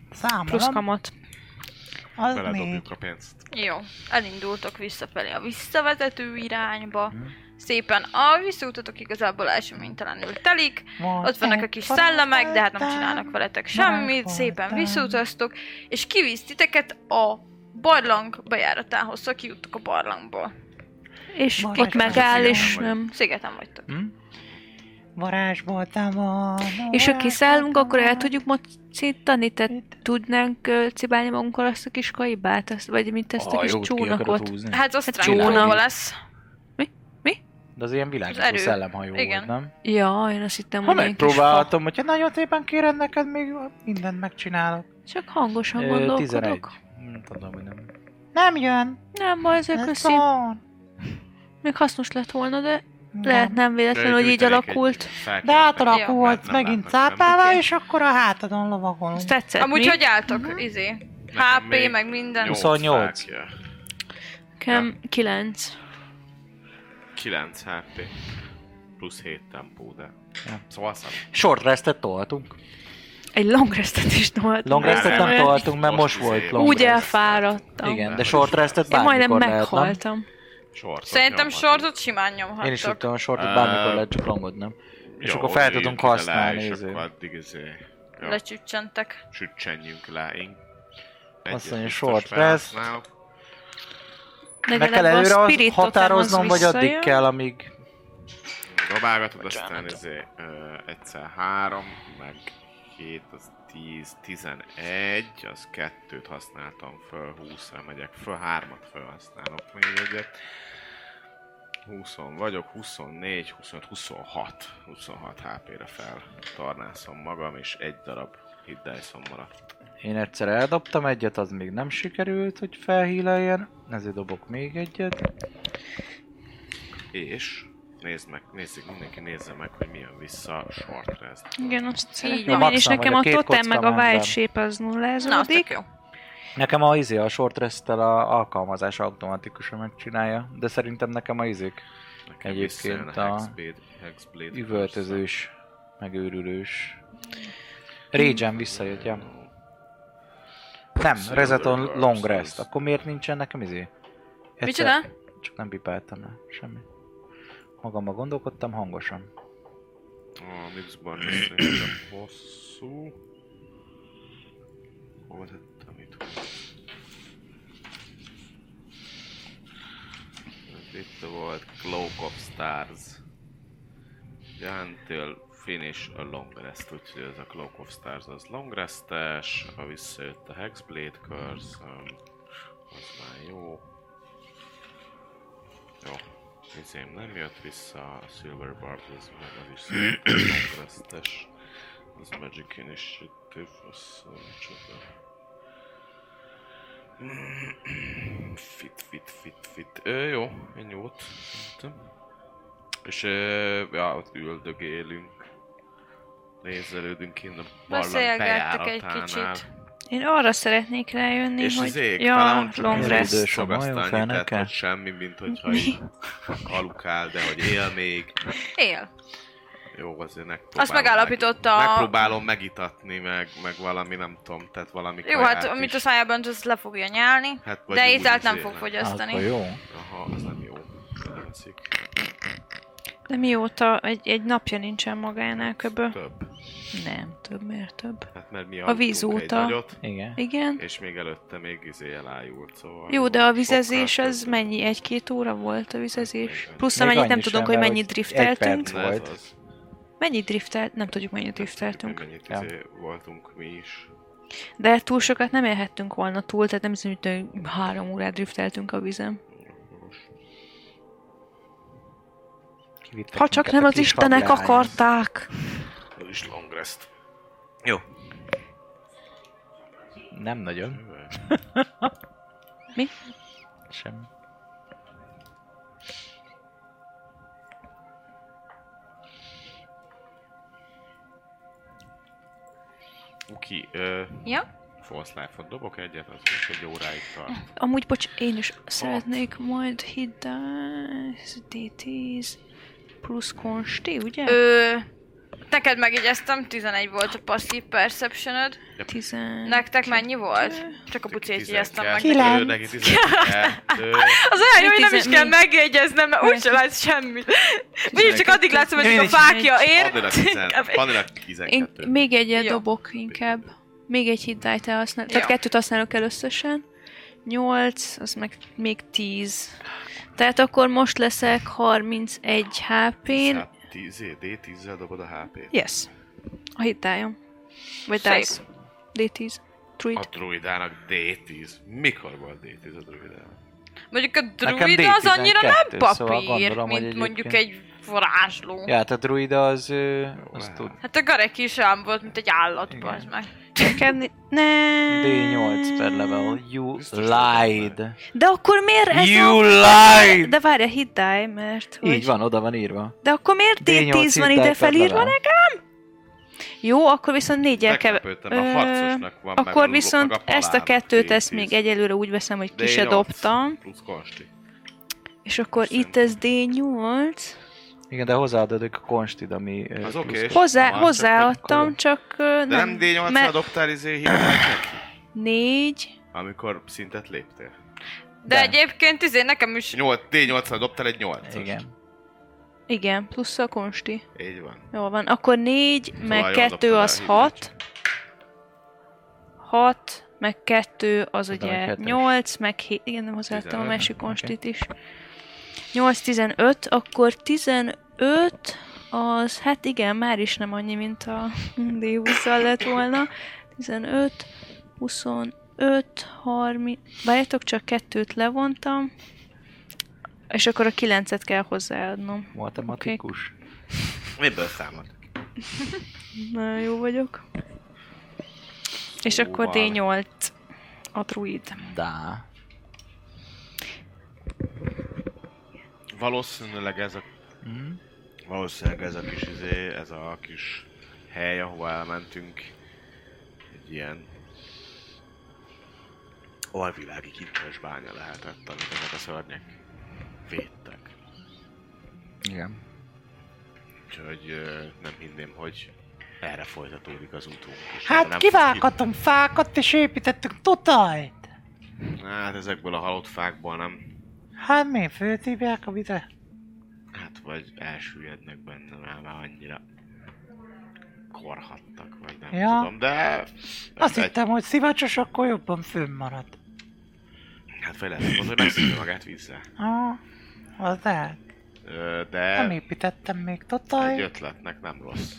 Speaker 4: Plusz
Speaker 6: Számolom,
Speaker 4: kamat.
Speaker 6: az négy.
Speaker 5: Beledobjuk a pénzt.
Speaker 2: Jó, elindultok visszafelé a visszavezető irányba. Szépen a visszautatok igazából eseménytelenül telik.
Speaker 6: Volt
Speaker 2: Ott vannak a
Speaker 6: egy
Speaker 2: kis szellemek, de hát nem
Speaker 6: voltam.
Speaker 2: csinálnak veletek semmit.
Speaker 6: voltam.
Speaker 2: Szépen visszautaztok, és kivisz titeket a barlang bejáratához, szóval kijuttok a barlangból.
Speaker 4: És
Speaker 6: Most
Speaker 4: ott
Speaker 6: meg
Speaker 4: megáll,
Speaker 5: vagyok.
Speaker 4: és nem.
Speaker 2: Szigeten vagytok.
Speaker 3: Hm?
Speaker 6: Varázsboltam a...
Speaker 4: És ha
Speaker 6: varázsboltam
Speaker 4: kiszállunk, akkor el
Speaker 6: a-
Speaker 4: tudjuk mocítani, tehát tudnánk ö, cibálni magunkkal azt a kis kaibát, azt, vagy mint ezt a
Speaker 3: Ah,
Speaker 4: kis
Speaker 3: jót ki akarod
Speaker 4: csónakot.
Speaker 3: húzni.
Speaker 2: Hát az
Speaker 4: Hát
Speaker 2: strangoló
Speaker 3: csónak.
Speaker 2: lesz.
Speaker 3: De az ilyen
Speaker 2: Az
Speaker 3: világító
Speaker 2: erő.
Speaker 3: szellemhajó
Speaker 2: Igen.
Speaker 3: volt, nem?
Speaker 4: Ja, én azt hittem,
Speaker 3: Ha
Speaker 4: hogy ilyen kis fa.
Speaker 3: megpróbálhatom, hogyha nagyon szépen kéred neked, még mindent megcsinálok.
Speaker 4: Csak hangosan
Speaker 3: Ö,
Speaker 4: gondolkodok.
Speaker 3: Nem tudom, hogy nem.
Speaker 6: Nem jön.
Speaker 4: Nem baj, azért
Speaker 6: Ez
Speaker 4: köszi.
Speaker 6: van.
Speaker 4: Még hasznos lett volna, de
Speaker 6: Nem.
Speaker 4: lehet nem véletlen,
Speaker 5: Ő
Speaker 4: hogy így
Speaker 5: gyűjtenék egy
Speaker 4: alakult.
Speaker 5: szákot.
Speaker 6: De átalakult
Speaker 5: Ja.
Speaker 6: megint
Speaker 5: Nem látnak
Speaker 6: cápává,
Speaker 2: semmit.
Speaker 6: és akkor a hátadon lovagolunk.
Speaker 4: Ezt tetszett,
Speaker 2: Amúgy
Speaker 4: mi?
Speaker 2: hogy
Speaker 3: Mhm.
Speaker 2: álltok, izé?
Speaker 5: Nekem
Speaker 2: HP,
Speaker 5: még
Speaker 2: meg minden.
Speaker 5: nyolc
Speaker 3: 28.
Speaker 5: fákja.
Speaker 4: Nekem 9.
Speaker 5: 9 HP. Plusz 7 tempó, de...
Speaker 3: Ja.
Speaker 5: Szóval szám.
Speaker 3: Short restet toltunk.
Speaker 4: Egy long restet is toltam.
Speaker 3: Long
Speaker 5: Nem,
Speaker 3: restet nem
Speaker 5: nem.
Speaker 3: toltunk, mert most
Speaker 5: Most izé,
Speaker 3: volt long
Speaker 4: Úgy
Speaker 5: Long
Speaker 3: rest.
Speaker 5: restet.
Speaker 4: elfáradtam.
Speaker 3: Igen, de
Speaker 5: Nem,
Speaker 3: short
Speaker 5: nem.
Speaker 3: restet
Speaker 4: Én majdnem
Speaker 3: bármikor lehet, nem?
Speaker 4: meghaltam.
Speaker 5: Sortot
Speaker 2: Szerintem
Speaker 5: nyomhatunk.
Speaker 2: sortot simán nyomhattok.
Speaker 3: Én is tudtam a shortot
Speaker 5: Ö,
Speaker 3: bármikor lehet, csak longot nem. És
Speaker 5: Jó,
Speaker 3: akkor fel
Speaker 5: így
Speaker 3: tudunk
Speaker 5: ide le,
Speaker 3: használni.
Speaker 5: És
Speaker 3: izé.
Speaker 5: akkor addig izé... jó,
Speaker 2: Lecsüccsentek.
Speaker 5: Sütsenjünk le, én...
Speaker 3: Azt
Speaker 5: Egyet
Speaker 3: mondja,
Speaker 5: biztos
Speaker 3: short
Speaker 5: felhasználok.
Speaker 4: Legalább
Speaker 3: Meg kell
Speaker 4: a
Speaker 3: előre
Speaker 4: spirit
Speaker 3: az
Speaker 4: totem
Speaker 3: határoznom,
Speaker 4: az
Speaker 3: vagy addig
Speaker 4: visszajön.
Speaker 3: kell, amíg...
Speaker 5: Dobálgatod, aztán izé, ö, egyszer 3, meg 7, az 10, 11, az 2-t használtam föl, 20 megyek föl, 3-at felhasználok még egyet. 20 vagyok, 24, 25, 26. 26 HP-re feltarnászom magam, és egy darab hit dice-om maradt.
Speaker 3: Én egyszer eldobtam egyet, az még nem sikerült, hogy felhíleljen. Ezért dobok még egyet.
Speaker 5: És nézd meg, nézzük, mindenki nézze meg, hogy mi jön vissza a short rest.
Speaker 4: Igen, azt
Speaker 2: van.
Speaker 4: szeretném én, és
Speaker 3: Maximum,
Speaker 4: nekem
Speaker 3: vagy
Speaker 4: a
Speaker 3: a két
Speaker 4: totem
Speaker 3: kocka
Speaker 4: meg a
Speaker 3: ment
Speaker 4: wild
Speaker 3: be.
Speaker 4: shape az
Speaker 2: Na, az tök
Speaker 4: nullázódik.
Speaker 2: jó.
Speaker 3: Nekem a izé, a short resttel a alkalmazás automatikusan megcsinálja, de szerintem nekem a izék
Speaker 5: Nekem
Speaker 3: Egyébként
Speaker 5: visszajön
Speaker 3: a
Speaker 5: Hexblade, Hexblade
Speaker 3: üvöltözős, megőrülős.
Speaker 4: Hmm.
Speaker 3: Régen visszajött, ja. Nem,
Speaker 5: Szia,
Speaker 3: reseton
Speaker 5: Dörgár,
Speaker 3: long
Speaker 5: abszolút.
Speaker 3: rest. Akkor miért nincsen nekem izé? Egyszer-
Speaker 2: Micsoda?
Speaker 3: Csak nem pipáltam rá, semmi. Magammal gondolkodtam hangosan.
Speaker 5: A mixban szerintem hosszú. Hova tettem itt? Ez Hát Itt volt Cloak of Stars. Ugye, Until finish a long rest, úgyhogy ez a Cloak of Stars az long restes, a visszajött a Hexblade Curse, um, az már jó. Jó, Izém nem jött vissza a Silver Bard, ez meg az is szintén Az Magic Initiative, az uh, micsoda. Fit, fit, fit, fit. Ö, jó, ennyi volt. Szerintem. És ah, ö, ja, ott üldögélünk. Nézelődünk kint a barlang
Speaker 2: Beszélgettek egy
Speaker 5: bejáratánál.
Speaker 2: kicsit.
Speaker 4: Én arra szeretnék rájönni,
Speaker 5: És
Speaker 4: hogy...
Speaker 5: az ég,
Speaker 4: ja,
Speaker 5: talán
Speaker 4: long
Speaker 5: csak
Speaker 4: rest.
Speaker 3: Idős a majom
Speaker 5: szagasztányi,
Speaker 3: felneke.
Speaker 5: tehát hogy semmi, mint hogyha így alukál, de hogy él még.
Speaker 2: Él.
Speaker 5: Jó, azért megpróbálom.
Speaker 2: Azt megállapította
Speaker 5: Meg,
Speaker 2: a...
Speaker 5: megpróbálom megitatni, meg, meg valami, nem tudom, tehát valami
Speaker 2: Jó,
Speaker 5: kaját
Speaker 2: hát amit
Speaker 5: is.
Speaker 2: a szájában önt, azt le fogja nyálni.
Speaker 5: Hát, vagy
Speaker 2: De
Speaker 5: úgy
Speaker 2: ételt nem
Speaker 5: izé,
Speaker 2: fog
Speaker 3: Hát, Akkor
Speaker 2: fogyasztani.
Speaker 3: jó.
Speaker 5: Aha, az nem jó. Nem eszik.
Speaker 4: De mióta egy, egy napja nincsen magánál köbö?
Speaker 5: Több.
Speaker 4: Nem, több, miért több?
Speaker 5: Hát mert mi
Speaker 4: A
Speaker 5: aludtunk
Speaker 4: víz
Speaker 5: egy
Speaker 4: óta.
Speaker 5: nagyot,
Speaker 3: Igen.
Speaker 4: Igen.
Speaker 5: és még előtte még izé elájult, szóval...
Speaker 4: Jó, de a vizezés
Speaker 5: sokkal
Speaker 4: az
Speaker 5: több.
Speaker 4: mennyi? Egy-két óra volt a vizezés? Plusz
Speaker 3: Még
Speaker 4: amennyit nem
Speaker 3: annyi
Speaker 4: tudunk,
Speaker 3: sem,
Speaker 4: hogy
Speaker 3: mert
Speaker 4: mennyit
Speaker 3: hogy egy
Speaker 4: drifteltünk.
Speaker 3: perc.
Speaker 5: Na, ez
Speaker 3: volt.
Speaker 5: az.
Speaker 4: Mennyit driftelt? Nem tudjuk, mennyit
Speaker 5: Tudjuk,
Speaker 4: drifteltünk.
Speaker 5: hogy Mennyit
Speaker 3: Ja.
Speaker 5: izé voltunk mi is.
Speaker 4: De túl sokat nem élhettünk volna túl, tehát nem hiszem, hogy három órát drifteltünk a vizen.
Speaker 3: Kivittek
Speaker 4: Ha csak
Speaker 3: minket
Speaker 4: nem
Speaker 3: a
Speaker 4: az
Speaker 3: kis
Speaker 4: istenek
Speaker 3: rablányhoz.
Speaker 4: akarták!
Speaker 5: Ez is long rest.
Speaker 3: Nem nagyon.
Speaker 4: Mi?
Speaker 3: Semmi.
Speaker 5: Uki, ö,
Speaker 2: Ja?
Speaker 5: false life-ot dobok egyet, az is egy óráig tart.
Speaker 4: Amúgy, bocs, én is szeretnék majd hit dice, D10, plusz konsti, ugye?
Speaker 2: Ö, neked megjegyeztem, 11 volt a passive perceptionöd.
Speaker 4: Tizen...
Speaker 2: Nektek mennyi volt? Csak a bucét jegyeztem meg.
Speaker 5: 12, neki 12.
Speaker 2: Az olyan jó, hogy nem is
Speaker 4: Tizen-
Speaker 2: kell
Speaker 4: mi?
Speaker 2: megjegyezni, mert úgyse látsz semmit. Mindig csak addig látszom, hogy a fákja ér.
Speaker 5: Panilag 12. Panilag 12.
Speaker 4: Én még egyet
Speaker 2: Jó.
Speaker 4: dobok inkább. Még egy hit dice használ.
Speaker 2: Jó.
Speaker 4: Tehát kettőt használok el összesen. 8, az meg még 10. Tehát akkor most leszek 31 HP-n.
Speaker 5: 10 D10-zel dobod a HP-t.
Speaker 4: Yes. A hitájom. Vagy
Speaker 2: Szép.
Speaker 4: dice. D10.
Speaker 5: A
Speaker 4: Druid.
Speaker 5: druidának D10. Mikor volt D10 a druidának?
Speaker 2: Mondjuk a
Speaker 3: Nekem
Speaker 2: druid az annyira nem
Speaker 3: D12, szóval
Speaker 2: papír,
Speaker 3: gondolom, hogy
Speaker 2: mint mondjuk
Speaker 3: egyébként-
Speaker 2: egy varázsló.
Speaker 3: Ja, hát a druida az... Ö, azt
Speaker 5: Wow.
Speaker 3: tud.
Speaker 2: Hát a Gareki is olyan volt, mint egy állat,
Speaker 3: Igen.
Speaker 2: bazd meg.
Speaker 4: Nekem ni- ne.
Speaker 3: D8 per level. You
Speaker 5: Biztos
Speaker 3: lied.
Speaker 4: De akkor miért ez
Speaker 3: You
Speaker 4: a...
Speaker 3: lied!
Speaker 4: De várja, hit die, mert hogy...
Speaker 3: Így van, oda van írva.
Speaker 4: De akkor miért
Speaker 3: D8
Speaker 4: D10
Speaker 3: hit
Speaker 4: van
Speaker 3: die
Speaker 4: ide
Speaker 3: per
Speaker 4: felírva
Speaker 3: level.
Speaker 4: nekem? Jó, akkor viszont négyel keve...
Speaker 5: Meglepődtem, a harcosnak van meg
Speaker 4: Akkor
Speaker 5: a-
Speaker 4: viszont
Speaker 5: meg a
Speaker 4: ezt a
Speaker 5: palán
Speaker 4: kettőt,
Speaker 5: D10.
Speaker 4: ezt még egyelőre úgy veszem, hogy ki se
Speaker 5: D8
Speaker 4: dobtam.
Speaker 5: Plusz konsti.
Speaker 4: És akkor
Speaker 5: Köszönöm.
Speaker 4: itt ez D8.
Speaker 3: Igen, de hozzáadódik a konstid, ami... ö,
Speaker 5: Az
Speaker 3: plusz-
Speaker 5: oké.
Speaker 4: Hozzá,
Speaker 5: Már csak
Speaker 4: hozzáadtam,
Speaker 3: akkor-
Speaker 4: csak ö,
Speaker 5: De nem
Speaker 4: nem.
Speaker 5: D8-ra
Speaker 4: mert-
Speaker 5: dobtál izé hívják neki,
Speaker 4: Négy.
Speaker 5: amikor szintet léptél.
Speaker 2: De,
Speaker 3: De.
Speaker 2: egyébként izé nekem is
Speaker 5: 8, D8-ra dobtál egy 8
Speaker 3: Igen.
Speaker 4: Igen, plusz a konsti.
Speaker 5: Így van.
Speaker 4: Jól van, akkor négy, meg
Speaker 5: jól
Speaker 4: kettő
Speaker 5: dobtad el,
Speaker 4: az
Speaker 5: így
Speaker 4: hat. Hat, meg kettő az
Speaker 3: Tudom, hogy
Speaker 4: ugye
Speaker 3: kettes.
Speaker 4: nyolc, meg hét. Igen, nem hozzáadtam a
Speaker 5: Tizenöt,
Speaker 4: másik
Speaker 3: oké.
Speaker 4: konstit is. Nyolc, tizenöt, akkor tizenöt az, hát igen, már is nem annyi, mint a d 20 lett volna. 15, 25, 30... Várjátok, csak kettőt levontam. És akkor a kilencet kell hozzáadnom.
Speaker 3: Matematikus.
Speaker 5: Miből számol?
Speaker 4: Nagyon jó vagyok. És akkor
Speaker 5: Szóval.
Speaker 4: D8 a druid.
Speaker 3: Dá.
Speaker 5: Valószínűleg ez a
Speaker 3: Mhm.
Speaker 5: Valószínűleg ez a kis izé, ez a kis hely, ahova elmentünk, egy ilyen alvilági kincses bánya lehetett, amit ezek a szörnyek védtek.
Speaker 3: Igen.
Speaker 5: Úgyhogy ö, nem hinném, hogy erre folytatódik az utunk. és erre
Speaker 6: Hát
Speaker 5: nem fog
Speaker 6: kivághatom fákat, és építettünk tutajt.
Speaker 5: ki- Hát ezekből a halott fákból nem.
Speaker 6: Hát mi, föltívják a vizet?
Speaker 5: Hát vagy elsüllyednek benne, mert már annyira korhattak, vagy nem
Speaker 6: Ja.
Speaker 5: tudom, de...
Speaker 6: Azt
Speaker 5: egy-
Speaker 6: hittem, hogy szivacsos, akkor jobban fönnmarad.
Speaker 5: Hát vagy lehet, az, hogy megszívja magát vízzel.
Speaker 6: Ah, az de.
Speaker 5: Ö, de...
Speaker 6: Nem építettem még
Speaker 5: E- Egy
Speaker 6: totáj.
Speaker 5: ötletnek nem rossz.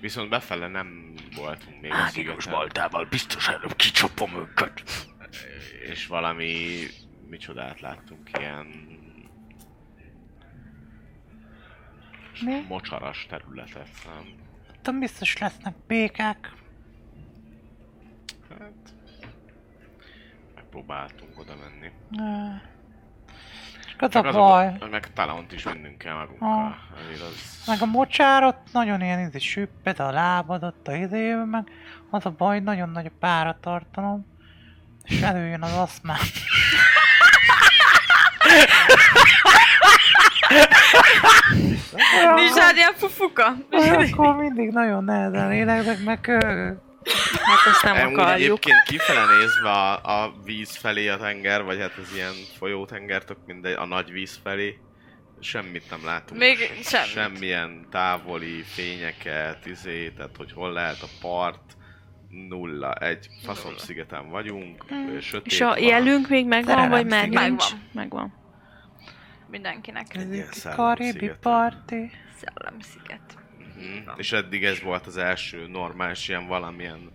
Speaker 5: Viszont befele nem voltunk még a
Speaker 3: Ágyigos
Speaker 5: szigeten,
Speaker 3: baltával biztos előbb kicsapom őket.
Speaker 5: és valami micsodát láttunk, ilyen
Speaker 6: Mi?
Speaker 5: mocsaras területet, nem?
Speaker 6: Tudom, biztos lesznek békák.
Speaker 5: Hát... Megpróbáltunk oda menni.
Speaker 6: Ö. Csak az
Speaker 5: Csak
Speaker 6: a
Speaker 5: az
Speaker 6: baj. Ah.
Speaker 5: a, meg talent is mennünk kell magunkkal. Azért az...
Speaker 6: Meg a mocsár ott nagyon ilyen izé süpped a lábad ott a izébe, meg az a baj, nagyon nagy a páratartalom. És előjön az aszmám.
Speaker 2: nincs rád ilyen fufuka.
Speaker 6: Olyankor mindig nagyon nehezen lélegzek, meg köhögök.
Speaker 4: Hát ezt nem
Speaker 5: Amúgy
Speaker 4: akarjuk.
Speaker 5: egyébként kifele nézve a, a víz felé a tenger, vagy hát az ilyen folyótenger, tök mindegy, a nagy víz felé, semmit nem látunk.
Speaker 2: Még
Speaker 5: Se-
Speaker 2: semmit.
Speaker 5: Semmilyen távoli fényeket, izé, tehát hogy hol lehet a part, nulla, egy faszom szigeten vagyunk, ö, sötét
Speaker 4: És a
Speaker 5: van.
Speaker 4: jelünk még megvan,
Speaker 6: Szerelem
Speaker 4: vagy már
Speaker 6: sziget.
Speaker 4: nincs?
Speaker 2: Megvan.
Speaker 4: Megvan.
Speaker 2: Mindenkinek.
Speaker 6: Ez
Speaker 5: ilyen
Speaker 6: itt
Speaker 5: szellem
Speaker 6: karibi
Speaker 5: szigeten.
Speaker 6: parti.
Speaker 2: Szellemsziget.
Speaker 5: Mhm. És eddig ez volt az első normális ilyen valamilyen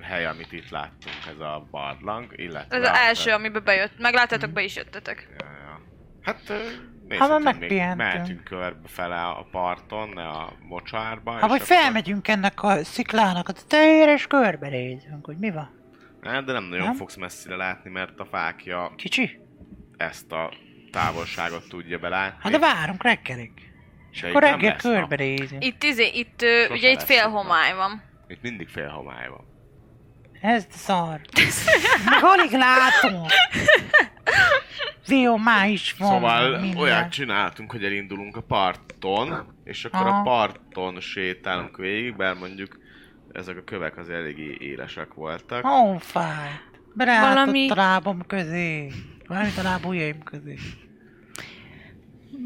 Speaker 5: hely, amit itt láttunk, ez a barlang, illetve...
Speaker 2: Ez
Speaker 5: a-
Speaker 2: az első, amiben bejött. Megláttátok, be is jöttetek.
Speaker 5: Ja, ja. Hát ö,
Speaker 6: Ha már
Speaker 5: nézhetünk, még
Speaker 6: megpihentünk.
Speaker 5: mehetünk körbe fele a parton, ne a mocsárba.
Speaker 6: Ha
Speaker 5: és
Speaker 6: vagy
Speaker 5: akkor-
Speaker 6: Hát, felmegyünk ennek a sziklának, az teljére és körbenézünk, hogy mi van.
Speaker 5: Hát, de nem nagyon
Speaker 6: Nem?
Speaker 5: fogsz messzire látni, mert a fákja
Speaker 6: Kicsi?
Speaker 5: ezt a távolságot tudja belátni.
Speaker 6: Hát de várunk reggelig.
Speaker 5: és
Speaker 6: Akkor
Speaker 5: itt nem
Speaker 6: reggel
Speaker 5: lesz nap.
Speaker 6: körbenézünk.
Speaker 2: Itt, izé, itt ö,
Speaker 5: Sose
Speaker 2: ugye itt
Speaker 5: lesz
Speaker 2: fél
Speaker 5: nap.
Speaker 2: homály van.
Speaker 5: Itt mindig fél homály van.
Speaker 6: Ez de szar. Meg alig látom. Dió, már is van.
Speaker 5: Szóval
Speaker 6: minden.
Speaker 5: olyat csináltunk, hogy elindulunk a parton, és akkor
Speaker 6: Aha.
Speaker 5: a parton sétálunk végig, bár mondjuk ezek a kövek az eléggé élesek voltak.
Speaker 6: Ó, fáj. Valami...
Speaker 4: Valami-
Speaker 6: a lábam közé. Valamit a láb ujjaim közé.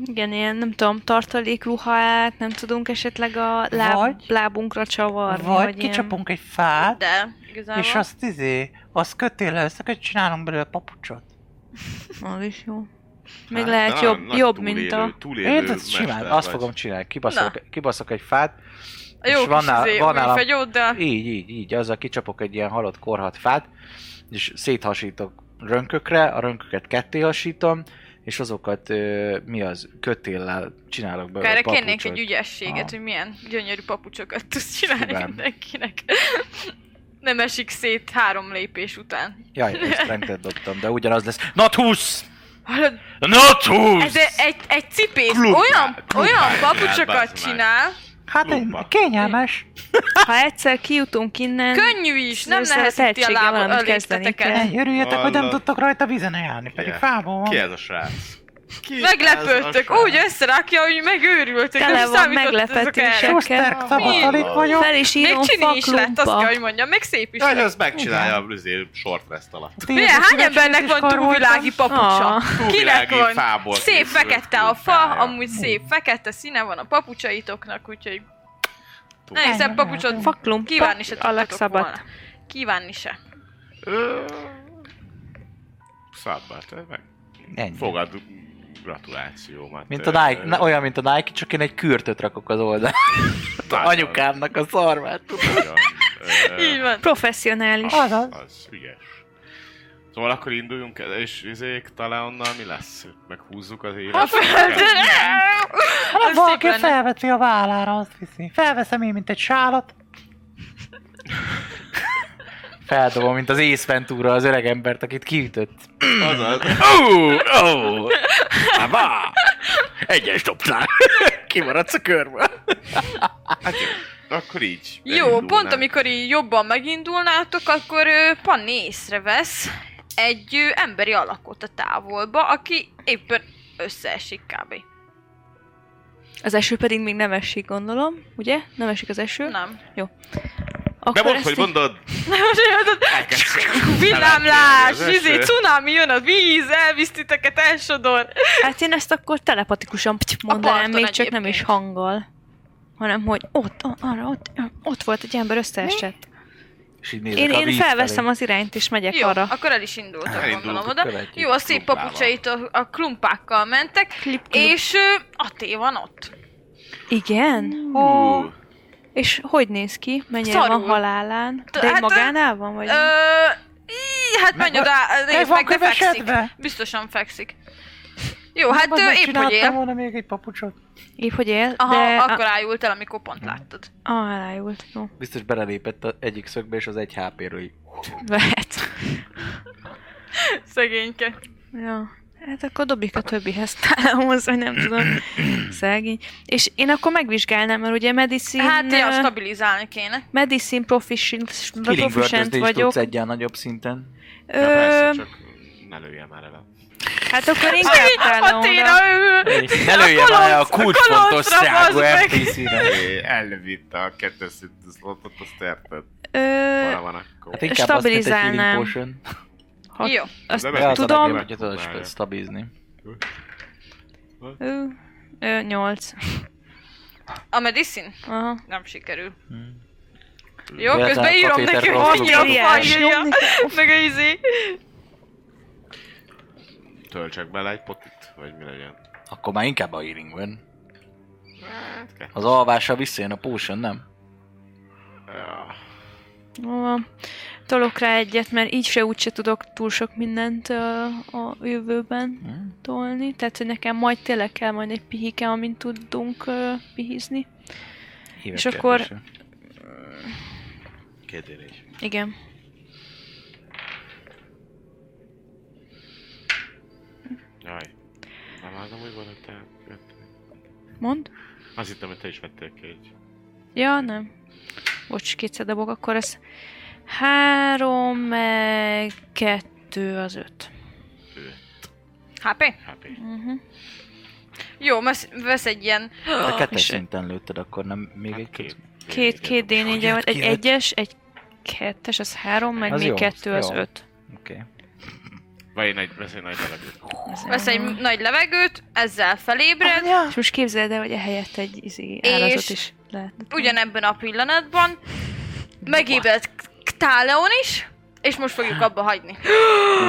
Speaker 4: Igen, ilyen, nem tudom, tartalékruhát, nem tudunk esetleg a láb,
Speaker 6: Vagy-
Speaker 4: lábunkra csavarni.
Speaker 6: Vagy
Speaker 4: ilyen-
Speaker 6: kicsapunk egy fát,
Speaker 2: De igazából.
Speaker 6: és azt izé, azt kötéllel össze, hogy csinálunk belőle papucsot.
Speaker 4: Az is jó. Még
Speaker 5: Hát,
Speaker 4: lehet
Speaker 5: na,
Speaker 4: jobb,
Speaker 5: nagy
Speaker 4: jobb
Speaker 5: túlélő-
Speaker 4: mint a...
Speaker 5: túlélő
Speaker 6: Én ezt simán,
Speaker 5: mester
Speaker 3: Azt
Speaker 5: vagy.
Speaker 3: fogom csinálni, kibaszok, kibaszok egy fát,
Speaker 2: A jó
Speaker 3: és van
Speaker 2: kis
Speaker 3: nála-
Speaker 2: izé,
Speaker 3: van nálam-
Speaker 2: fagyóddal.
Speaker 3: így, így, így, azzal kicsapok egy ilyen halott korhat fát, és széthasítok rönkökre, a rönköket ketté hasítom, és azokat, ö, mi az, kötéllel csinálok belőle
Speaker 2: Erre
Speaker 3: papucsot.
Speaker 2: kérnék egy ügyességet,
Speaker 3: Aha.
Speaker 2: hogy milyen gyönyörű papucsokat tudsz csinálni
Speaker 3: Kíván.
Speaker 2: mindenkinek. Nem esik szét három lépés után.
Speaker 3: Jaj, ezt rendet dobtam, de ugyanaz lesz. Not 20!
Speaker 2: Hallod,
Speaker 3: Not 20!
Speaker 2: ez egy- egy, egy cipész
Speaker 5: Klub-
Speaker 2: olyan,
Speaker 5: klub-
Speaker 2: olyan
Speaker 5: klub-
Speaker 2: papucsokat
Speaker 5: bazd meg.
Speaker 2: csinál,
Speaker 6: Hát egy
Speaker 5: Klubba.
Speaker 6: kényelmes.
Speaker 4: Ha egyszer kijutunk innen...
Speaker 2: könnyű is, nem
Speaker 4: Szóval
Speaker 2: nehezíti a
Speaker 4: tehetséggel
Speaker 2: lábad
Speaker 4: valamit
Speaker 2: a
Speaker 4: kezdeni
Speaker 2: lépteteket.
Speaker 4: kell.
Speaker 6: Ne, Örüljetek, hogy nem
Speaker 5: Hallod.
Speaker 6: tudtok rajta vízen járni, pedig
Speaker 5: Yeah.
Speaker 6: fából van.
Speaker 5: Ki ez a srác? Ki
Speaker 2: Meglepődtök,
Speaker 5: ez a
Speaker 2: úgy összerakja, hogy megőrültök,
Speaker 4: Tele
Speaker 2: nem
Speaker 4: van
Speaker 2: számítottatok erre.
Speaker 4: meglepetésekkel.
Speaker 6: Schuster, szabad,
Speaker 2: Mi?
Speaker 6: alig vagyok.
Speaker 4: Fel is
Speaker 2: Még
Speaker 4: írom
Speaker 2: csini is lett, azt kell,
Speaker 4: faklubba.
Speaker 2: hogy mondjam, még szép is
Speaker 5: srác? Hogy
Speaker 2: lett.
Speaker 5: az megcsinálja a blüzé short rest alatt.
Speaker 6: Tényleg
Speaker 2: Milyen, hány
Speaker 6: szíves
Speaker 2: embernek van
Speaker 6: kar voltam.
Speaker 2: túlvilági papucsa?
Speaker 4: Ah.
Speaker 2: Kinek
Speaker 5: Túlvilági
Speaker 2: van?
Speaker 5: fából
Speaker 2: Szép
Speaker 5: készült
Speaker 2: fekete a fa,
Speaker 5: kultúrája.
Speaker 2: amúgy szép fekete színe van a papucsaitoknak, úgyhogy
Speaker 5: Túl-
Speaker 2: nagyon szép papucsot
Speaker 4: Faklumpa,
Speaker 2: kívánni se tudtatok
Speaker 4: alakszabat.
Speaker 2: volna. Kívánni se.
Speaker 5: Ö, Szabba, te meg.
Speaker 3: Ennyi.
Speaker 5: Fogadjuk gratulációmat.
Speaker 3: Mint a Nike,
Speaker 5: Ö,
Speaker 3: na, olyan, mint a Nike, csak én egy kürtöt rakok az oldalra.
Speaker 5: nagyon-
Speaker 3: Anyukámnak a szarvát.
Speaker 5: nagyon, ö,
Speaker 2: Így van.
Speaker 4: Professzionális.
Speaker 6: Azaz.
Speaker 5: Az ügyes. Szóval akkor induljunk el, és izék, talán onnan mi lesz? Meghúzzuk az élet.
Speaker 2: Ah!
Speaker 6: Hát
Speaker 2: Ez
Speaker 6: valaki
Speaker 2: szép lenne.
Speaker 6: felveti a vállára, azt viszi. Felveszem én, mint egy sálat.
Speaker 3: Feldobom, mint az Ace Ventura, az öreg embert, akit kiütött.
Speaker 5: Az az.
Speaker 3: Ó, ó, Ává! Egyes dobtál. Kimaradsz a körből.
Speaker 5: Hát jó. Akkor így.
Speaker 2: Jó,
Speaker 5: elindulnánk.
Speaker 2: pont amikor így jobban megindulnátok, akkor ö, Panni észrevesz egy ö, emberi alakot a távolba, aki éppen összeesik kb.
Speaker 4: Az eső pedig még nem esik, gondolom. Ugye? Nem esik az eső?
Speaker 2: Nem.
Speaker 5: De
Speaker 4: Akkor
Speaker 5: mondd,
Speaker 4: ezt
Speaker 5: hogy
Speaker 4: így-
Speaker 5: mondod.
Speaker 2: Nem, most jöhetett. Villámlás,
Speaker 5: Felátjálni az
Speaker 2: izé,
Speaker 5: eső.
Speaker 2: cunami jön a víz, elvisz titeket, elsodor.
Speaker 4: Hát én ezt akkor telepatikusan pty- mondanám,
Speaker 2: parton
Speaker 4: még csak nem
Speaker 2: egyébként.
Speaker 4: is hanggal. Hanem, hogy ott, a- arra, ott, ott volt egy ember összeesett.
Speaker 3: És így nézek
Speaker 4: Én,
Speaker 3: a
Speaker 4: én
Speaker 3: víz
Speaker 4: felveszem
Speaker 3: felé.
Speaker 4: az irányt, és megyek
Speaker 2: Jó,
Speaker 4: arra.
Speaker 2: akkor el is indultak,
Speaker 5: Elindultunk,
Speaker 2: gondolom oda.
Speaker 3: követjük
Speaker 2: Jó, a szép
Speaker 5: klumpával.
Speaker 2: papucsait a, a klumpákkal mentek,
Speaker 4: Klip, klip.
Speaker 2: és ö, Até van ott.
Speaker 4: Igen?
Speaker 5: Hú.
Speaker 4: És hogy néz ki? Mennyire
Speaker 2: Szarul.
Speaker 4: van halálán?
Speaker 2: T-
Speaker 4: De
Speaker 2: hát,
Speaker 4: hát,
Speaker 2: ö,
Speaker 4: magánál van? Vagy?
Speaker 2: Ö, í, hát menj oda, nézd
Speaker 6: van
Speaker 2: meg, de fekszik.
Speaker 6: kövesedve?
Speaker 2: Biztosan fekszik. Jó, hát
Speaker 6: Vagy
Speaker 2: ö, épp hogy
Speaker 6: megcsináltam
Speaker 2: él.
Speaker 6: volna még egy papucsot.
Speaker 4: Épp hogy él,
Speaker 2: Aha,
Speaker 4: de
Speaker 2: akkor ájult el, amikor pont láttad.
Speaker 4: a, a, elájult. Jó.
Speaker 3: Biztos belelépett az egyik szögbe, és az egy HP-ről így.
Speaker 4: Vehet.
Speaker 2: Szegényke.
Speaker 4: Ja. Hát akkor dobjuk a többihez tálamhoz, vagy nem tudom. Szegény. És én akkor megvizsgálnám, mert ugye medicine...
Speaker 2: Hát, ja,
Speaker 4: ö,
Speaker 2: stabilizálni kéne.
Speaker 4: medicine proficient,
Speaker 3: Killing
Speaker 4: proficient
Speaker 3: Word-özni is
Speaker 4: vagyok.
Speaker 3: tudsz egyen nagyobb szinten.
Speaker 5: Ja, persze,
Speaker 4: Ö,
Speaker 5: csak ne lőjem már el.
Speaker 4: hát akkor inkább
Speaker 2: A
Speaker 4: tálamra.
Speaker 2: téra ő.
Speaker 3: Ne lőjem el a
Speaker 2: kolonc- a
Speaker 3: kulcsfontos
Speaker 2: koloncra,
Speaker 3: szágú
Speaker 2: bazd meg.
Speaker 3: NPC-re.
Speaker 5: Elvitte a kettes szintű szlotot, azt érted.
Speaker 4: Ö,
Speaker 5: Hol van akkor?
Speaker 3: Hát inkább azt, mint egy healing
Speaker 4: Stabilizálnám.
Speaker 3: potion.
Speaker 4: ha-
Speaker 2: Jó.
Speaker 4: azt
Speaker 5: De
Speaker 3: De az
Speaker 4: tudom.
Speaker 3: tudom. Hogy tudod
Speaker 5: Próbálja.
Speaker 3: stabizni.
Speaker 4: Ö, ö, nyolc.
Speaker 2: A medicine?
Speaker 4: Aha.
Speaker 2: Nem sikerül.
Speaker 3: Hmm.
Speaker 2: Jó,
Speaker 3: Véletlen
Speaker 2: közben
Speaker 3: a
Speaker 2: írom
Speaker 3: katéter
Speaker 2: neki, hogy
Speaker 3: rosszul
Speaker 2: mondja a
Speaker 4: kapott.
Speaker 2: fajja,
Speaker 4: Nyomni
Speaker 2: meg a izé.
Speaker 5: Töltsek bele egy potit, vagy mi legyen?
Speaker 3: Akkor már inkább a healing word. Az alvással visszajön a potion, nem?
Speaker 5: Ja.
Speaker 4: Jó van. Tolok rá egyet, mert így se úgy se tudok túl sok mindent ö, a jövőben
Speaker 3: Hm?
Speaker 4: tolni. Tehát, hogy nekem majd tényleg kell majd egy pihike, amint tudunk ö, pihizni.
Speaker 3: Hívek
Speaker 4: És akkor-
Speaker 3: kérdésre.
Speaker 5: Két d négy.
Speaker 4: Igen.
Speaker 5: Az amúgy van, hogy te...
Speaker 4: Mond?
Speaker 5: Azt hittem, hogy te is vettél ki egy.
Speaker 4: Ja, nem. Bocs, kétszer dobok, akkor ez három, meg kettő az öt.
Speaker 5: Ő,
Speaker 2: HP?
Speaker 5: HP.
Speaker 4: Uh-huh.
Speaker 2: Jó, vesz, vesz egy ilyen...
Speaker 3: Te kettes
Speaker 4: és-
Speaker 3: szinten lőtted, akkor nem még egy két.
Speaker 4: Két, két d 4
Speaker 3: Hogy
Speaker 4: van, egy
Speaker 3: jött ki öt?
Speaker 4: egyes, egy kettes, az három, meg
Speaker 3: Az
Speaker 4: még
Speaker 3: jó,
Speaker 4: kettő az
Speaker 3: jó.
Speaker 4: öt.
Speaker 3: Oké. Okay.
Speaker 5: Vagy egy nagy, vesz egy nagy levegőt.
Speaker 2: Vesz egy nagy levegőt, ezzel felébred,
Speaker 4: És most képzeld el, hogy ehelyett egy izé,
Speaker 2: És-
Speaker 4: állatot is lehet.
Speaker 2: ugyanebben a pillanatban megébred Ktáleon is, és most fogjuk abba hagyni.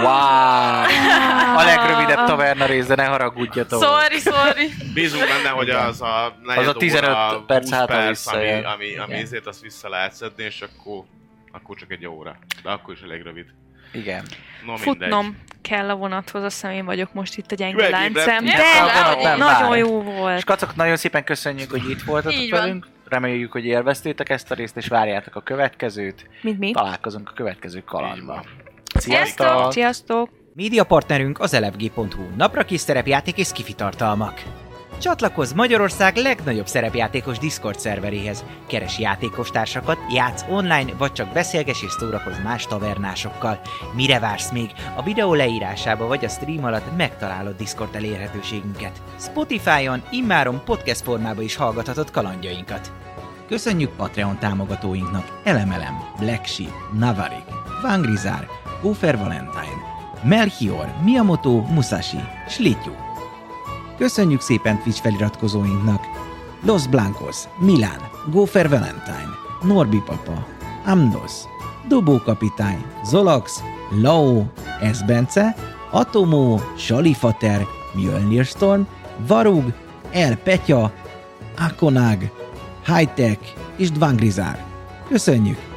Speaker 3: Wow! A legrövidebb taverna része, ne haragudjatok.
Speaker 4: Szóval-
Speaker 2: Sorry, sorry.
Speaker 5: Bízunk benne, hogy
Speaker 3: Igen.
Speaker 5: az a negyed
Speaker 3: Az a 15
Speaker 5: óra,
Speaker 3: perc
Speaker 5: 20
Speaker 3: hátra
Speaker 5: perc, ami,
Speaker 3: visszajön.
Speaker 5: ami, ami
Speaker 3: Igen.
Speaker 5: ezért azt vissza lehet szedni, és akkor, akkor csak egy óra. De akkor is elég rövid.
Speaker 3: Igen.
Speaker 5: No, mindegy.
Speaker 4: Futnom kell a vonathoz, azt hiszem én vagyok most itt a gyenge
Speaker 5: Megébredt.
Speaker 4: láncem.
Speaker 5: Igen,
Speaker 4: De
Speaker 2: a vonat nem
Speaker 4: nagyon
Speaker 3: vár.
Speaker 4: jó volt.
Speaker 3: És kacok, nagyon szépen köszönjük, hogy itt voltatok
Speaker 2: Így van.
Speaker 3: velünk. Reméljük, hogy élveztétek ezt a részt, és várjátok a következőt.
Speaker 4: Mint mi?
Speaker 3: Találkozunk a következő
Speaker 5: Így
Speaker 3: kalandban.
Speaker 5: van.
Speaker 3: Sziasztok!
Speaker 4: Sziasztok!
Speaker 1: Média partnerünk az elefg.hu, napra kis szerepjáték és kifitartalmak. Csatlakozz Magyarország legnagyobb szerepjátékos Discord szerveréhez. Keres játékostársakat, játsz online, vagy csak beszélges és szórakozz más tavernásokkal. Mire vársz még? A videó leírásába vagy a stream alatt megtalálod Discord elérhetőségünket. Spotify-on immáron podcast formába is hallgathatod kalandjainkat. Köszönjük Patreon támogatóinknak Elemelem, Black Sheep, Navarik, Vangrizár, Ufer Valentine, Melchior, Miyamoto, Musashi, Slityu. Köszönjük szépen Twitch feliratkozóinknak! Los Blancos, Milán, Gófer Valentine, Norbi Papa, Amnos, Dobó Kapitány, Zolax, Lao, Esbence, Atomó, Salifater, Mjölnir Storm, Varug, El Petya, Akonag, Hightech és Dvangrizár. Köszönjük!